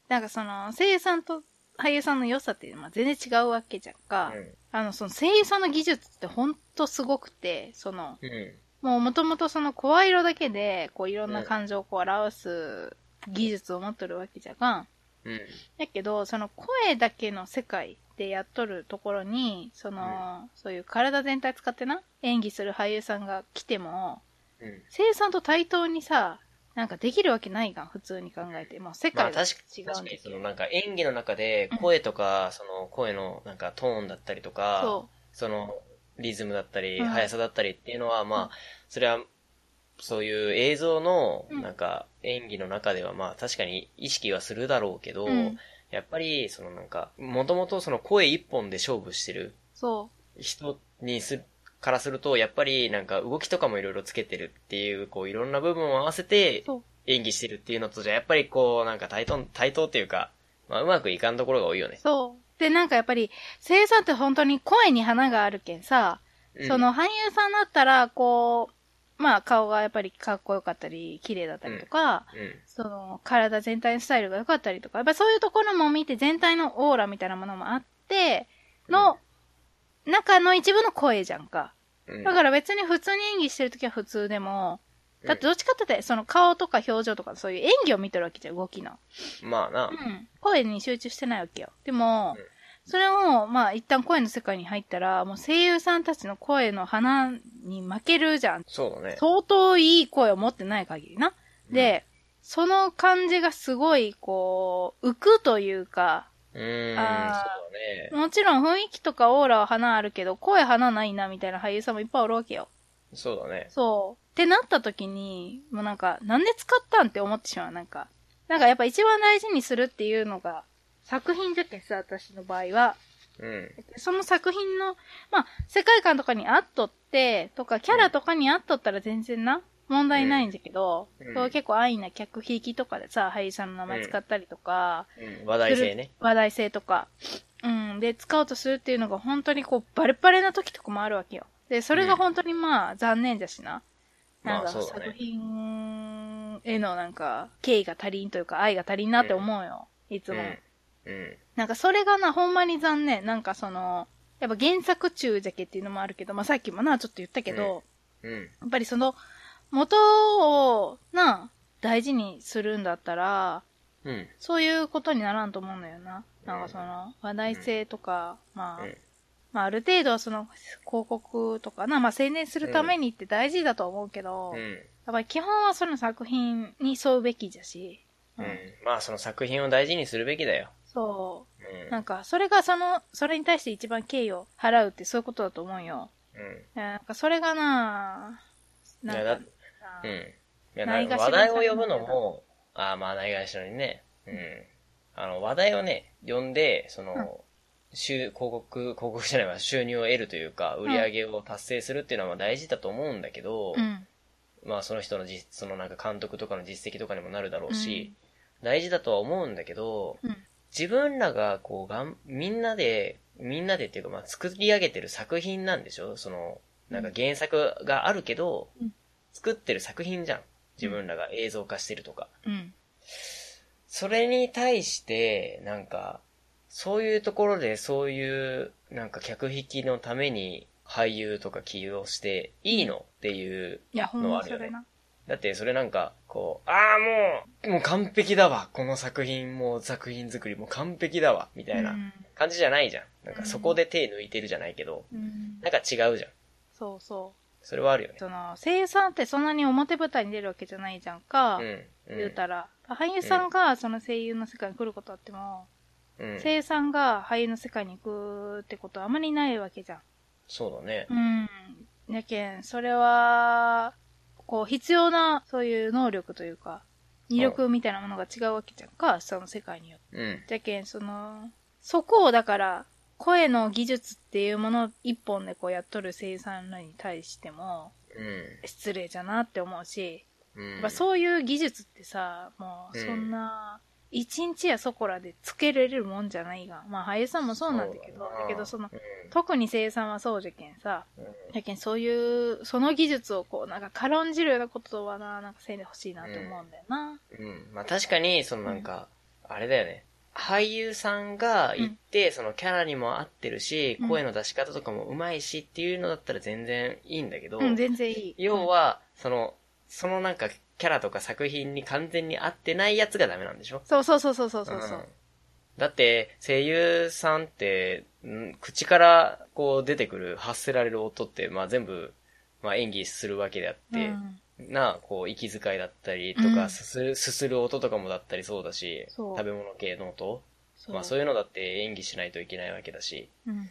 A: なんかその、声優さんと俳優さんの良さって、まあ全然違うわけじゃん
B: あ。
A: か。
B: うん。
A: あの、その声優さんの技術ってほんとすごくて、その、
B: うん。
A: もうもともとその声色だけで、こういろんな感情をこう表す技術を持っとるわけじゃがん。
B: うん。
A: やけど、その声だけの世界でやっとるところに、その、そういう体全体使ってな、演技する俳優さんが来ても、
B: うん。
A: 声優さんと対等にさ、なんかできるわけないがん、普通に考えて。もう世
B: ま
A: 界
B: あ
A: が違
B: 確か
A: うん
B: に、
A: だ
B: 確か
A: け
B: に、そ
A: ど
B: のなんか演技の中で声とか、その声のなんかトーンだったりとか、
A: そ
B: そのリズムだったり、
A: うん
B: 速さだったりっていうのは、
A: うん
B: まあ、それは、そういう映像の、
A: うん
B: なんか、演技の中では、まあ、確かに意識はするだろうけど、
A: うん
B: やっぱり、そのなんか、もともとその声一本で勝負してる
A: う。そ
B: 人にする、からすると、やっぱり、なんか、動きとかもいろいろつけてるっていう、こう、いろんな部分を合わせ
A: う。
B: て、
A: そう。
B: 演技してるっていうのと、じゃ、やっぱりこう、なんか、対等、対等っていうか、まあ、うまくいかんところが多いよね。
A: そう。で、なんかやっぱり、声優さんって本当に声に花があるけんさ、
B: うん
A: その、俳優さんだったら、こう、まあ顔がやっぱりかっこよかったり、綺麗だったりとか、
B: うん。
A: その体全体のスタイルが良かったりとか、やっぱそういうところも見て全体のオーラみたいなものもあって、の、中の一部の声じゃんか。
B: うん、
A: だから別に普通に演技してるときは普通でも、
B: うん
A: だってどっちかって言ったらその顔とか表情とかそういう演技を見てるわけじゃん、動きの。
B: まあな、
A: うん。声に集中してないわけよ。でも
B: うん、
A: それを、まあ、一旦声の世界に入ったら、もう声優さんたちの声の花に負けるじゃん。
B: そうだね。
A: 相当いい声を持ってない限りな。で、その感じがすごい、こう、浮くというか、
B: うーん、そう
A: あ
B: だね。
A: もちろん雰囲気とかオーラは花あるけど、声花ないな、みたいな俳優さんもいっぱいおるわけよ。
B: そうだね。
A: そう。ってなった時に、もうなんか、なんで使ったんって思ってしまう。なんか、なんかやっぱ一番大事にするっていうのが、作品じゃけんさ、私の場合は。
B: うん。
A: その作品の、まあ、世界観とかに合っとって、とか、キャラとかに合っとったら全然な、問題ないんだけど、
B: うん
A: そう結構安易な客引きとかでさ、俳優さんの名前使ったりとか、
B: うん、話題性ね。
A: 話題性とか、うん、で、使おうとするっていうのが本当にこう、バレバレな時とかもあるわけよ。で、それが本当にまあ、残念だしな。
B: ま
A: な
B: あ
A: んか、
B: そうだね
A: 作品へのなんか、敬意が足りんというか、愛が足りんなって思うよ。いつ
B: う
A: も。
B: ん。うん。
A: なんかそれがな、ほんまに残念。なんかその、やっぱ原作中じゃけっていうのもあるけど、まあさっきもな、ちょっと言ったけど、
B: うん。
A: やっぱりその、元をな、大事にするんだったら、
B: うん。
A: そういうことにならんと思うんだよな。なんかその、話題性とか、まあ、
B: うん
A: まあある程度はその、広告とかな、まあ宣伝するためにって大事だと思うけど、
B: う
A: やっ
B: ん。
A: ぱり基本はその作品に沿うべきじゃし、
B: うん。まあ、その作品を大事にするべきだよ。
A: そう。
B: うん。
A: なんか、それがその、それに対して一番敬意を払うってそういうことだと思うよ。いやなんか、それがなぁ、
B: い
A: な
B: や
A: ん
B: だ
A: か
B: っ、うん。いや、
A: ない
B: な
A: がしろ
B: 話題を呼ぶのも、ああ、まあ、ないがしろにね。うん。あの、話題をね、呼んで、その、収、広告、広告じゃないわ、収入を得るというか、売り上げを達成するっていうのはまあ大事だと思うんだけど、
A: うん。
B: まあ、その人の実、そのなんか監督とかの実績とかにもなるだろうし、大事だとは思うんだけど、
A: うん。
B: 自分らが、こう、がん、みんなで、みんなでっていうか、まあ、作り上げてる作品なんでしょその、なんか原作があるけど、
A: うん
B: 作ってる作品じゃん。自分らが映像化してるとか。
A: うん。
B: それに対して、なんか、そういうところで、そういう、なんか客引きのために、俳優とか起用していいのっていう
A: いや、ほん
B: の
A: ま
B: はある
A: そ
B: よね
A: れな。
B: だってそれなんか、こう、ああ、もう、もう完璧だわ。この作品、もう作品作り、もう完璧だわ。みたいな
A: うん
B: 感じじゃないじゃん。なんかそこで手抜いてるじゃないけど、
A: うん
B: な。んか違うじゃん。
A: そうそ
B: それはあるよ
A: う。
B: ね。
A: その、声優さんってそんなに表舞台に出るわけじゃないじゃんか。
B: うん。
A: 言うたら。俳優さんがその声優の世界に来ることあっても、
B: うん。うん
A: 声優さんが俳優の世界に行くってことはあまりないわけじゃん。
B: そうだね。
A: うん。やけん、それは、こう、必要な、そういう能力というか、魅力みたいなものが違うわけじゃんか、その世界によって。
B: うん。
A: じゃけん、その、そこをだから、声の技術っていうものを一本でこうやっとる声優さんらに対しても、失礼じゃなって思うし、
B: うん。
A: や
B: う
A: っ
B: ん。
A: ぱそういう技術ってさ、もう、そんな、一日やそこらでつけられるもんじゃないが、まあ俳優さんもそうなんだけど、
B: そ
A: だ
B: うな
A: けどその、
B: う
A: 特に声優さんはそうじゃけんさ、
B: んうん
A: やけんそういう、その技術をこう、なんか軽んじるようなことはな、なんかせんでほしいなと思うんだよな。
B: うん。まあ確かに、そのなんか、あれだよね。俳優さんが行って、そのキャラにも合ってるし、
A: うん
B: 声の出し方とかも上手いしっていうのだったら全然いいんだけど、
A: うん、全然いい。
B: 要は、その、そのなんかキャラとか作品に完全に合ってないやつがダメなんでしょ
A: そうそうそうそうそうそう。
B: んだって、声優さんって、ん口からこう出てくる、発せられる音って、まあ全部、まあ演技するわけであっ
A: う
B: て、
A: ん、
B: なあ、こう、息遣いだったりと
A: う
B: か、
A: ん
B: すする、すする音とかもだったりそうだし、
A: そう
B: 食べ物系の音
A: そう。
B: まあそういうのだって演技しないといけないわけだし、
A: うん、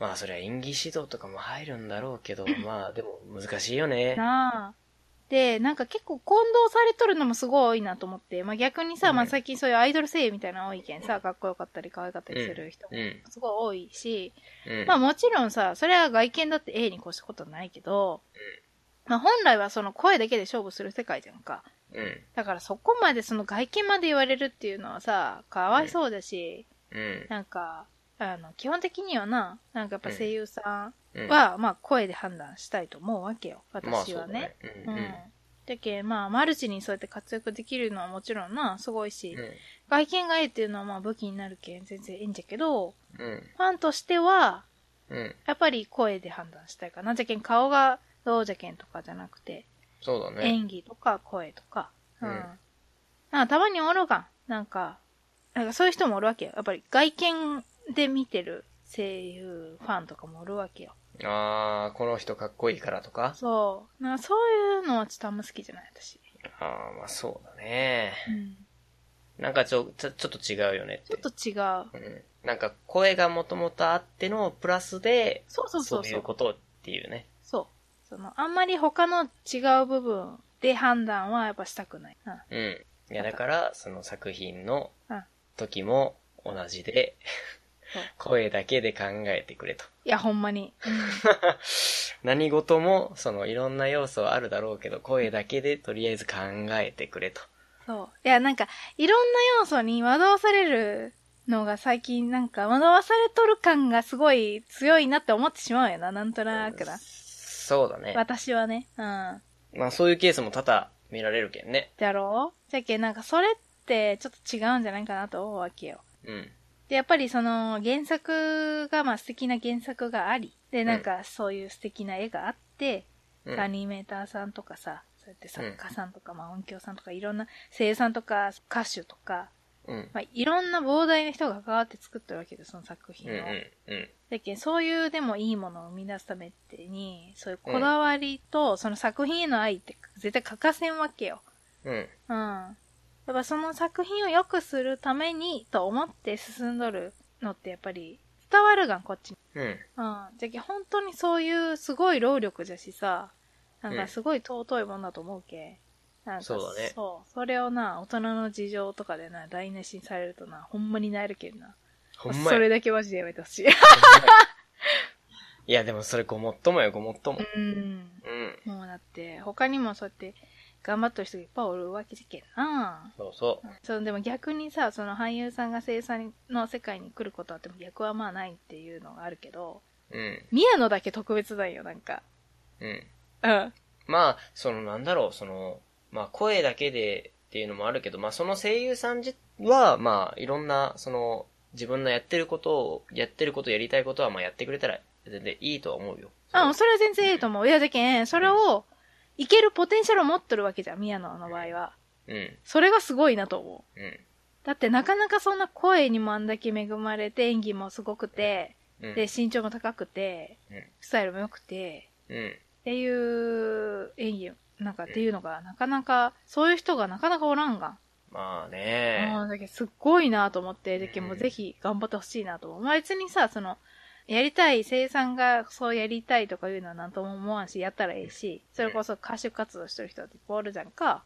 B: まあそれは演技指導とかも入るんだろう けど、まあでも難しいよね。
A: なあ。で、なんか結構混同されとるのもすごい多いなと思って、まあ逆にさ、
B: うん
A: まあ最近そういうアイドル声優みたいなの多いけんさ、かっこよかったり可愛かったりする人
B: う
A: も
B: ん。
A: すごい多いし、
B: うん。
A: まあもちろんさ、それは外見だって A に越したことはないけど、まあ本来はその声だけで勝負する世界じゃんか。
B: うん。
A: だからそこまでその外見まで言われるっていうのはさ、かわいそうだし、
B: うん。
A: なんか、あの、基本的にはな、なんかやっぱ声優さ
B: うんん、
A: は、まあ声で判断したいと思うわけよ、私はね。
B: まあそう
A: う
B: だ
A: ん
B: ね。。
A: だけどまあ、マルチにそうやって活躍できるのはもちろんな、すごいし
B: うん。、
A: 外見がええっていうのはまあ武器になるけん全然いいんじゃけど、
B: うん。
A: ファンとしては、
B: うん。うん。
A: やっぱり声で判断したいかな。じゃけん顔がどうじゃけんとかじゃなくて、
B: そうだね。
A: 演技とか声とか。うん。
B: うん
A: なんかたまにおるがん。なんか、なんかそういう人もおるわけよ。やっぱり外見で見てる声優ファンとかもおるわけよ。
B: あー、この人かっこいいからとか
A: そう。なんかそういうのはちょっとあんま好きじゃない、私。
B: あー、まあそうだね。
A: うん。
B: なんかちょ、ちょ、ちょっと違うよねって。
A: ちょっと違う。
B: うん。なんか声がもともとあってのプラスで、
A: そうそうそうそう。
B: いうことっていうね。
A: そう。その、あんまり他の違う部分で判断はやっぱしたくない。うん。
B: うん。いや、
A: なん
B: だ
A: か
B: から、その作品の
A: うん
B: 時も同じで
A: そう、
B: 声だけで考えてくれと。
A: いや、ほんまに。
B: 何事も、そのいろんな要素はあるだろうけど、声だけでとりあえず考えてくれと。
A: そう。いや、なんか、いろんな要素に惑わされるのが最近、なんか、惑わされとる感がすごい強いなって思ってしまうよな、なんとなくな。
B: そうだね。
A: 私はね。うん。
B: まあそういうケースも多々見られるけんね。
A: だろうじゃけ、なんか、それってちょっと違うんじゃないかなと思うわけよ。
B: うん。
A: で、やっぱりその、原作が、まあ、素敵な原作があり、で、なんか、そういう素敵な絵があって、
B: うん
A: アニメーターさんとかさ、そうやって作家さんとか、まあ、音響さんとか、いろんな声優さんとか、歌手とか、
B: うん。
A: まあ、いろんな膨大な人が関わって作ってるわけでその作
B: うん
A: 品
B: う
A: を。
B: ん。うん。
A: だけどそういうでもいいものを生み出すためってに、そういうこだわりと、その作品への愛って絶対欠かせんわけよ。
B: うん。
A: うん。やっぱその作品を良くするためにと思って進んどるのってやっぱり伝わるがん、こっちに。
B: うん。
A: うん。じゃけ、本当にそういうすごい労力じゃしさ、なんかすごい尊いもんだと思うけ。なんか
B: そうだね
A: そう。それをな、大人の事情とかでな、台無しにされるとな、ほんまになえるけんな。
B: ほんま
A: そ
B: や。
A: れだけマジでやめてほしい。
B: いや、でもそれごもっともよ、ごもっとも。
A: うん。
B: うん。
A: もうだって、他にもそうやって頑張ってる人いっぱいおるわけじゃけんな。
B: そうそ
A: そうでも逆にさその俳優さんが生産の世界に来ることはあっても逆はまあないっていうのがあるけど
B: う。うん。
A: 宮野だけ特別だよなんか
B: うん。
A: うん
B: まあ、そのなんだろう、その、まあ声だけでっていうのもあるけど、まあその声優さんじは、まあいろんな、その、自分のやってることを、やってること、やりたいことは、まあやってくれたら全然いいとは思うよ。
A: あそれは全然いいと思ういやだけんそれをいけるポテンシャルを持ってるわけじゃん宮野の場合は
B: うん。うん。
A: それがすごいなと思う
B: うん。
A: だってなかなかそんな声にもあんだけ恵まれて演技もすごくて
B: うん。
A: で身長も高くて
B: うん
A: スタイルも良くて
B: うん。
A: っていう演技なんかっていうのがなかなかそういう人がなかなかおらんがん
B: まあね
A: うんだけどすっごいなと思って、だけどもう
B: うん
A: ぜひ頑張ってほしいなと思う。まあ別にさ、その、やりたい、生産がそうやりたいとかいうのはなんとも思わんし、やったらええし、それこそ歌手活動してる人だっていっぱいおるじゃんか。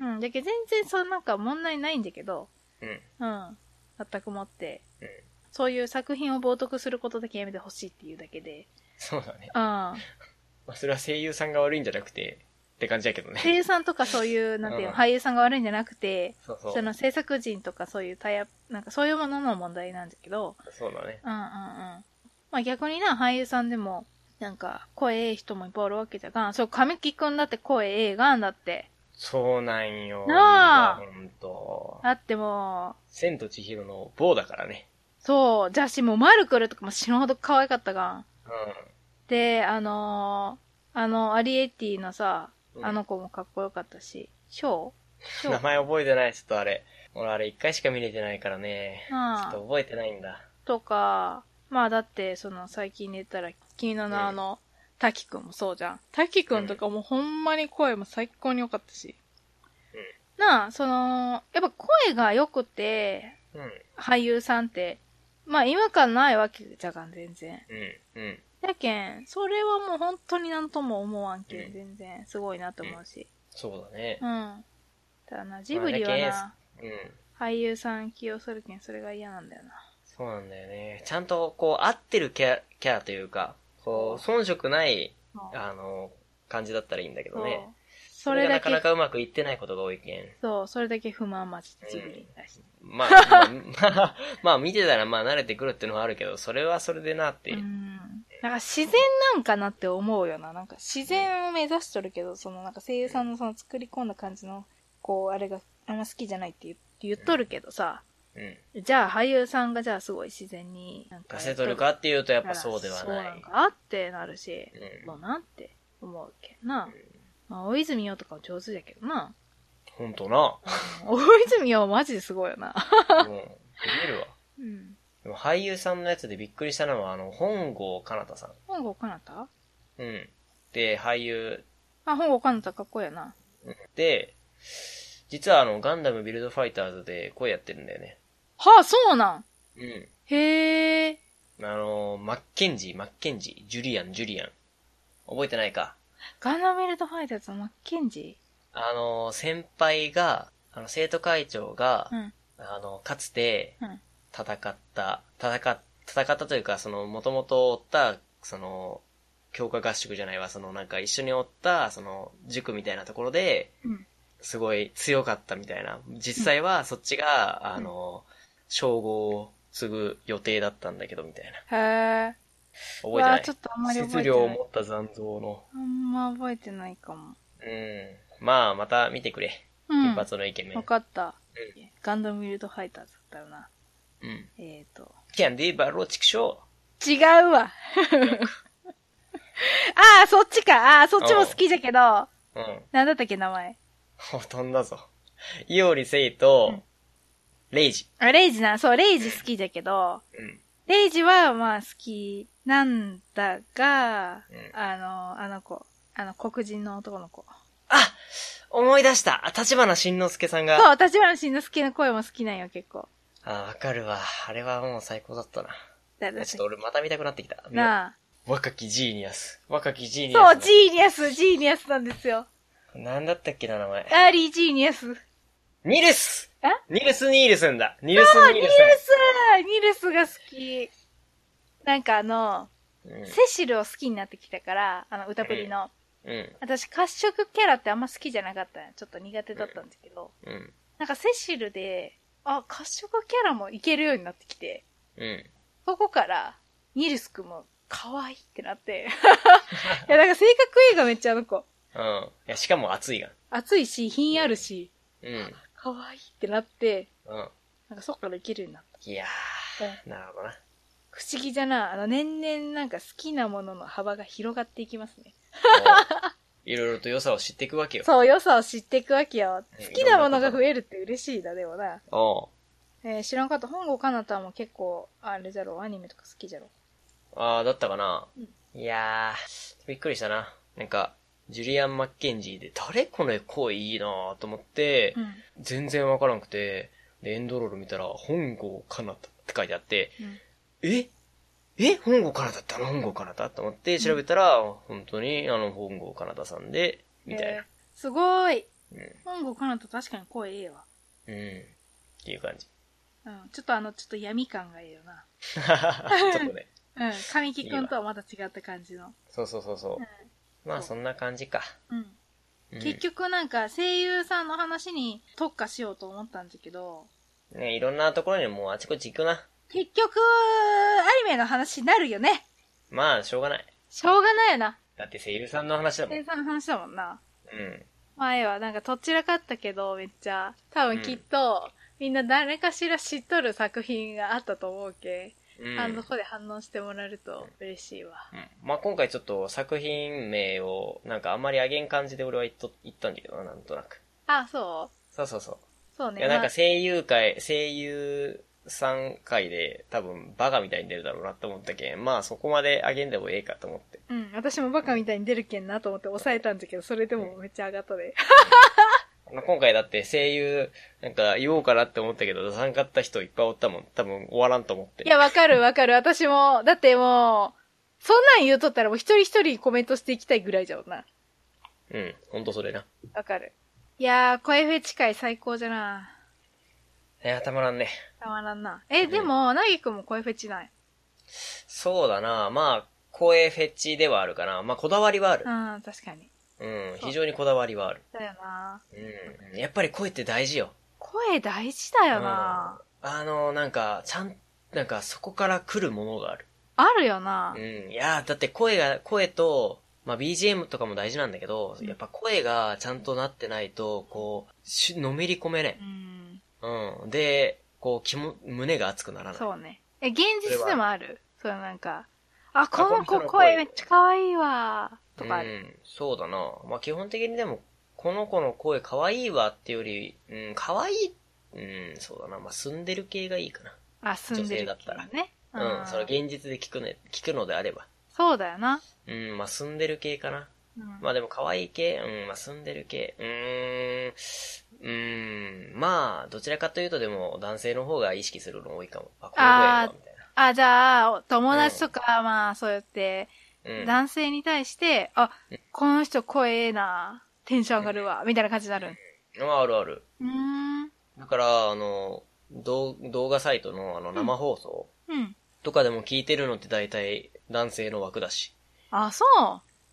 A: うん、だけど全然そのなんか問題ないんだけど、
B: うん。うん。
A: うん、全くもって
B: うん、
A: そういう作品を冒涜することだけやめてほしいっていうだけで、
B: そうだね。
A: うん、
B: まあそれは声優さんが悪いんじゃなくて、って感じだけど ね。
A: 声優さんとかそういう、なんていうの、
B: うん
A: 俳優さんが悪いんじゃなくて、
B: そうそう。
A: その制作人とかそういうタイアップ、なんかそういうものの問題なんだけど、
B: そうだね。
A: うんうんうん。まあ逆にな、俳優さんでも、なんか、声ええ人もいっぱいおるわけじゃがん。そう、神木くんだって声ええがんだって。
B: そうなんよ。
A: なあ
B: ほんと。
A: だってもう、
B: 千と千尋の棒だからね。
A: そう、じゃあし、もうマルクルとかも死ぬほど可愛かったがん。
B: う
A: で、あのーあの、アリエッティのさ、
B: うん
A: あの子もかっこよかったし、ショウシ
B: ん。
A: ョ
B: 名
A: ウ
B: 前覚えてない、ちょっとあれ。俺あれ一回しか見れてないからね。ちょっ
A: なあ
B: と覚えてないんだ。
A: とか、まあだって、その、最近寝たら、君の名の、滝くんもそうじゃん。滝くんとかもうほんまに声も最高に良かったし。
B: うん
A: なあ、その、やっぱ声が良くて、
B: うん。
A: 俳優さんって、まあ違和感ないわけじゃがん、全然。
B: うん。うん。
A: やけん、それはもう本当になんとも思わんけ、
B: うんん
A: 全然。すごいなと思うし。
B: そうだね
A: う。ん。ただな、ジブリは
B: まあ
A: な、
B: うん。
A: 俳優さん起用するけん、それが嫌なんだよな。
B: そうなんだよね。ちゃんと、こう、合ってるキャラ、キャラというか、こう、遜色ない、
A: そう
B: あの、感じだったらいいんだけ
A: そ
B: ど
A: う
B: ね。
A: それ
B: が
A: だ
B: なか
A: け
B: なかうまくいってないことが多いけん。
A: そう、それだけ不満まち、ジブリに対して。
B: まあ、まあ、ま あまあ見てたらまあ慣れてくるってのはあるけど、それはそれでなって。
A: うん。なんか自然なんかなって思うよな。なんか自然を目指しとるけど、そのなんか声優さんのその作り込んだ感じの、こう、あれがあんま好きじゃないって言言っとるけどさ、
B: うん。
A: じゃあ俳優さんがじゃあすごい自然になんか
B: ガ
A: やっ
B: セ
A: と
B: 取
A: る
B: る
A: から。
B: かっていうとやっぱそうでは
A: そう
B: な
A: なん
B: い。
A: かあってなるし、
B: うん
A: どうなんって思うけどな。まあ、大泉洋とかも上手じゃけどな。
B: ほんと な。
A: 大泉洋マジですごいよな。
B: うん。見えるわ。
A: うん。
B: でも俳優さんのやつでびっくりしたのは、あの、本郷かなたさ
A: 本郷かなた
B: ん。うん。で、俳優
A: あ、本郷かなたかっこいいよな。
B: で、実はあの、ガンダムビルドファイターズで声やってるんだよね。
A: はあ、そうなん
B: うん。
A: へえ。
B: あの、マッケンジー、マッケンジー、ジュリアン、ジュリアン。覚えてないか。
A: ガンダムベルトファイターズのマッケンジ
B: あの、先輩が、あの、生徒会長が、
A: ーうん。
B: あの、かつて
A: うん。
B: 戦った、戦っ、戦ったというか、その、もともとおった、その、強化合宿じゃないわ、その、なんか一緒におった、その、塾みたいなところで、
A: うん。
B: すごい強かったみたいな。実際は、そっちが、あの、称号を継ぐ予定だったんだけど、みたいな。
A: へえ。うわ
B: 覚えてな
A: あ
B: い
A: ちょっとあんまり覚
B: 質
A: えて
B: 量を
A: ない
B: 持。った残像の。
A: あんま覚えてないかも。
B: うん。まあ、また見てくれ。
A: うん。わ
B: 一発のイケメン。
A: かった
B: う。
A: ガンダムビルドファイターズだったよな。
B: うん。
A: えーと。
B: キャンディーバローチクショー。
A: 違うわ。 ああ、そっちか。ああ、そっちも好きじゃけど。なん
B: うん。
A: だったっけ、名前。
B: 飛んだぞ。いおりせいと、レイジ。
A: あ、レイジな。そう、レイジ好きじゃけど。
B: うん。
A: レイジは、まあ、好きなんだが、
B: うん
A: あの、あの子。あの、黒人の男の子。
B: あ思い出した立花慎之介さんが、
A: そう、立花慎之介の声も好きなんよ、結構。
B: あー、わかるわ。あれはもう最高だったな。
A: だだ
B: ちょっと俺また見たくなってきた。
A: なあ。
B: 若きジーニアス。若きジーニア
A: そ
B: ス
A: う、
B: の。
A: ジーニアス、ジーニアスなんですよ。
B: なんだったっけな、名前。
A: アーリージーニアス。ニル
B: ニルス
A: え
B: ニルス・ニールスンだ。ニルス・ニール
A: スニルスが好き。なんかあの、
B: ス
A: セシルを好きになってきたから、あの、歌プリの。
B: ン。うん。
A: 私、褐色キャラってあんま好きじゃなかったのよちょっと苦手だったんですけど。
B: うん。
A: なんかセシルで、あ、褐色キャラもいけるようになってきて、
B: うん。
A: そこから、ニルスくんも可愛いってなって。 いや、なんか性格いいがめっちゃあの子。
B: うん。いや、しかも熱いがん。
A: 熱いし、品あるし、
B: うん。
A: 可愛いってなって、
B: うん。
A: なんかそっからいけるようになった。
B: いやー、なるほどな。
A: 不思議じゃな。あの、年々なんか好きなものの幅が広がっていきますね。
B: も ういろいろと良さを知っていくわけよ。
A: そう、良さを知っていくわけよ。
B: うん
A: 好きなものが増えるって嬉しいだ、でもな。
B: おう
A: えー知らんかった。本郷かなたも結構、あれじゃろ、アニメとか好きじゃろ。
B: ああ、だったかな、
A: うん
B: いやー、びっくりしたな。なんか、ジュリアン・マッケンジーで、誰この声いいなーと思って、
A: うん。
B: 全然わからんくて、で、エンドロール見たら、本郷かなたって書いてあって、ええ本郷かなたってあの本郷かなたと思って調べたら、本当にあの本郷かなたさんで、みたい
A: え
B: な
A: ー。すごーい。
B: うん
A: 本郷かなた確かに声ええわ。
B: うん。っていう感じ。
A: うん。ちょっとあの、ちょっと闇感がええよな。
B: ちょっとね。
A: うん。神木くんとはまた違った感じの。
B: そうそうそうそう。まあそんな感じか。
A: うん。
B: うん
A: 結局なんか声優さんの話に特化しようと思ったんだけど、
B: ね、いろんなところにもうあちこち行くな。
A: 結局、アニメの話になるよね。
B: まあ、しょうがない。
A: しょうがないよな。
B: だって声優さんの話だもん。
A: 声
B: う
A: 優さんの話だもんな。
B: ん。
A: 前はなんかとっちらかったけど、めっちゃ。多分きっと、みんな誰かしら知っとる作品があったと思うけ、
B: うん。
A: あの、そこで反応してもらえると嬉しいわ。
B: うんまあ今回ちょっと作品名をなんかあんまり上げん感じで俺は言っと言ったんだけどな、なんとなく。
A: あ、そ
B: そうそうそう
A: そう
B: う。い
A: ね。
B: や、なんか
A: ま
B: 声優会、声優さん会で多分バカみたいに出るだろうなと思ったけん、まあそこまで上げんでもええかと思って。
A: あうん、私もバカみたいに出るけんなと思って抑えたんだけど、それでもめっちゃ上がったで。
B: まあ今回だって声優、なんか言おうかなって思ったけど、出さんかった人いっぱいおったもん。多分終わらんと思って。
A: いや、わかるわかる。私も、だってもう、そんなん言うとったらもう一人一人コメントしていきたいぐらいじゃんな。
B: うん、ほんとそれな。
A: わかる。いやー、声フェチ界最高じゃな。
B: いや、たまらんね。
A: たまらんな。え、でも、なぎくんも声フェチない。
B: そうだなまあ、声フェチではあるかな。まあ、こだわりはある
A: う。ん、確かに。
B: うん、
A: そう
B: 非常にこだわりはある。
A: だよな。
B: うん。やっぱり声って大事よ。
A: 声大事だ
B: うん
A: よな。
B: あの、なんか、ちゃん、なんかそこから来るものがある。
A: あるよな
B: う。ん。いや、だって声が、声と、まあ、BGM とかも大事なんだけど、
A: うん
B: やっぱ声がちゃんとなってないと、こう、しのめり込めね
A: う。ん。
B: うん。で、こう、気も、胸が熱くならない。
A: そうね。え、現実でもある。そうなんか、あ、こ
B: こ
A: の
B: の
A: 子
B: 人の声
A: 声めっちゃ可愛いわ。とかあ
B: う
A: る。
B: ん。そうだな。まあ、基本的にでも、この子の声可愛いわってより、うん、可愛い、うん、そうだな。まあ、住んでる系がいいか
A: あ、住んでる
B: 女性だったら
A: けどね。
B: な。うん。それ現実で聞くね、聞くのであれば。
A: そうだよな。
B: うん、まあ、住んでる系かな。
A: うん
B: まあでも可愛い系、うん、まあ住んでる系、うーん、うーん、まあ、どちらかというとでも男性の方が意識するの多いかも。あ、この声
A: あー
B: は、みたい
A: あ、じゃあ、友達とか、まあ、そうやって、
B: な。うん。
A: 男性に対して、あ、この人声ええな、テンション上がるわ、みたいな感じになる。
B: まあ、あるある。
A: うーん。
B: だから、あの、動動画サイトのあの生放送
A: うん。
B: とかでも聞いてるのって大体男性の枠だし。
A: あ、そ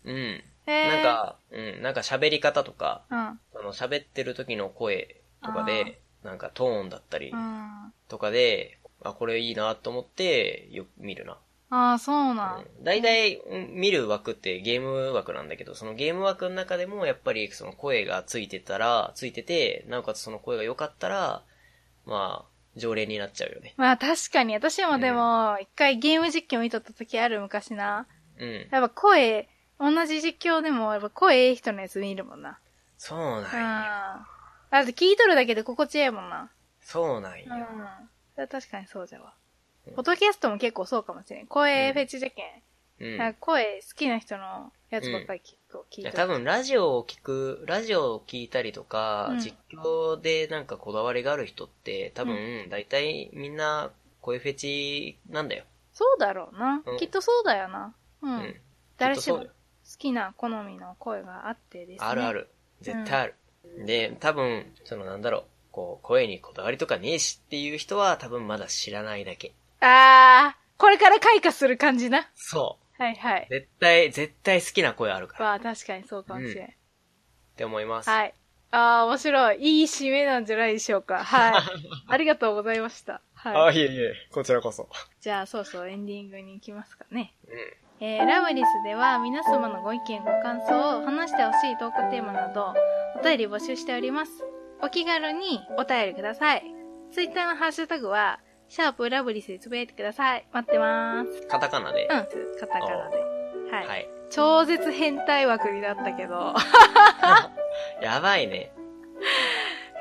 A: う。
B: うん。
A: へえ。
B: なん、か、うん、なんか喋り方とか、
A: うん。
B: その喋ってる時の声とかで、なんかトーンだったり
A: うん。
B: とかで、あ、これいいなと思って、よく見るな。
A: ああ、そうなん。
B: 大体、うん見る枠ってゲーム枠なんだけど、そのゲーム枠の中でも、やっぱりその声がついてたら、ついてて、なおかつその声が良かったら、まあ、常連になっちゃうよね。
A: まあ確かに、私もでも、一回ゲーム実況見とった時ある昔な。
B: うん。
A: やっぱ声、同じ実況でも、やっぱ声ええ人のやつ見るもんな。
B: そう
A: う
B: なんよ。
A: ん。だって聞いとるだけで心地ええもんな。
B: そうなんよ
A: うん。。それは確かにそうじゃわ。ポッドキャストも結構そうかもしれん。声フェチじゃけん。
B: うん。
A: なんか声好きな人のやつばっかり聞こう聞
B: い
A: い
B: や
A: た。
B: 多分ラジオを聞く、ラジオを聞いたりとか、
A: うん
B: 実況でなんかこだわりがある人って、多分、大体みんな声フェチなんだよ。
A: そうだろうな、
B: うん
A: きっとそうだよな。う。
B: うんん。
A: 誰
B: きっと
A: し
B: そう
A: も
B: だ
A: 好
B: よ
A: きな好みの声があってですね。
B: あるあ。る。絶対ある。で、多分、そのなんだろう、こう、声にこだわりとかねえしっていう人は多分まだ知らないだけ。
A: あー、これから開花する感じな。
B: そ。。
A: はいはいう
B: 絶対、絶対好きな声あるから。っ
A: わあ、確かにそうかもしれん。
B: うて思います。
A: はい。ああ、面白い。いい締めなんじゃないでしょうか。 はい。ありがとうございました。はい。
B: あ、いえいえ、こちらこそ。
A: じゃあ、そうそう、エンディングに行きますかね。
B: うん。
A: えーラブリスでは皆様のご意見ご感想を話してほしいトークテーマなどお便り募集しておりますお気軽にお便りくださいツイッターのハッシュタグはシャープラブリスでつぶやいてください待ってますうん
B: カタカナで。
A: カタカナではい、
B: はい。
A: 超絶変態枠になったけど
B: やばい ね。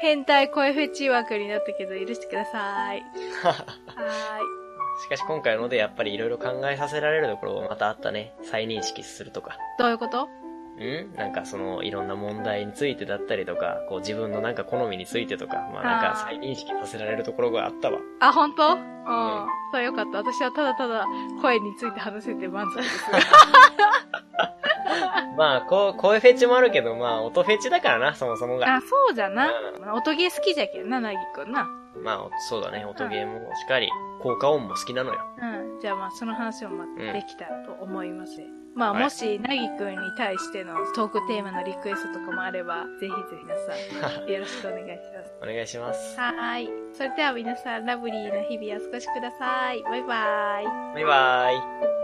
A: 変態声フェチ枠になったけど許してくださ いは
B: しかし今回のでやっぱりいろいろ考えさせられるところもまたあったね。再認識するとか。
A: ーいどういうこと
B: んなんかそのいろんな問題についてだったりとか、こう自分のなんか好みについてとか、まあなんか
A: あー
B: 再認識させられるところがあったわ。
A: あ本当うん
B: ん
A: そうよかった私はただただ声について話せて満足です
B: まあこう、声フェチもあるけど、まあ音フェチだからな、そもそもが。
A: あ、そうじゃな
B: う。
A: 音ゲー好きじゃけんな、なぎくんな。
B: まあそうだね、音ゲームもしっかり、効果音も好きなのよ。
A: うん。じゃあまあ、その話をま
B: う
A: た
B: ん
A: できたらと思います。まあ、
B: はい
A: もし、なぎくんに対してのトークテーマのリクエストとかもあれば、ぜひぜひ皆さ ん、よろしくお願いしま
B: お願いします
A: す。。はーい。それでは皆さん、ラブリーな日々をお過ごしください。バイバーイ。
B: バイバーイ。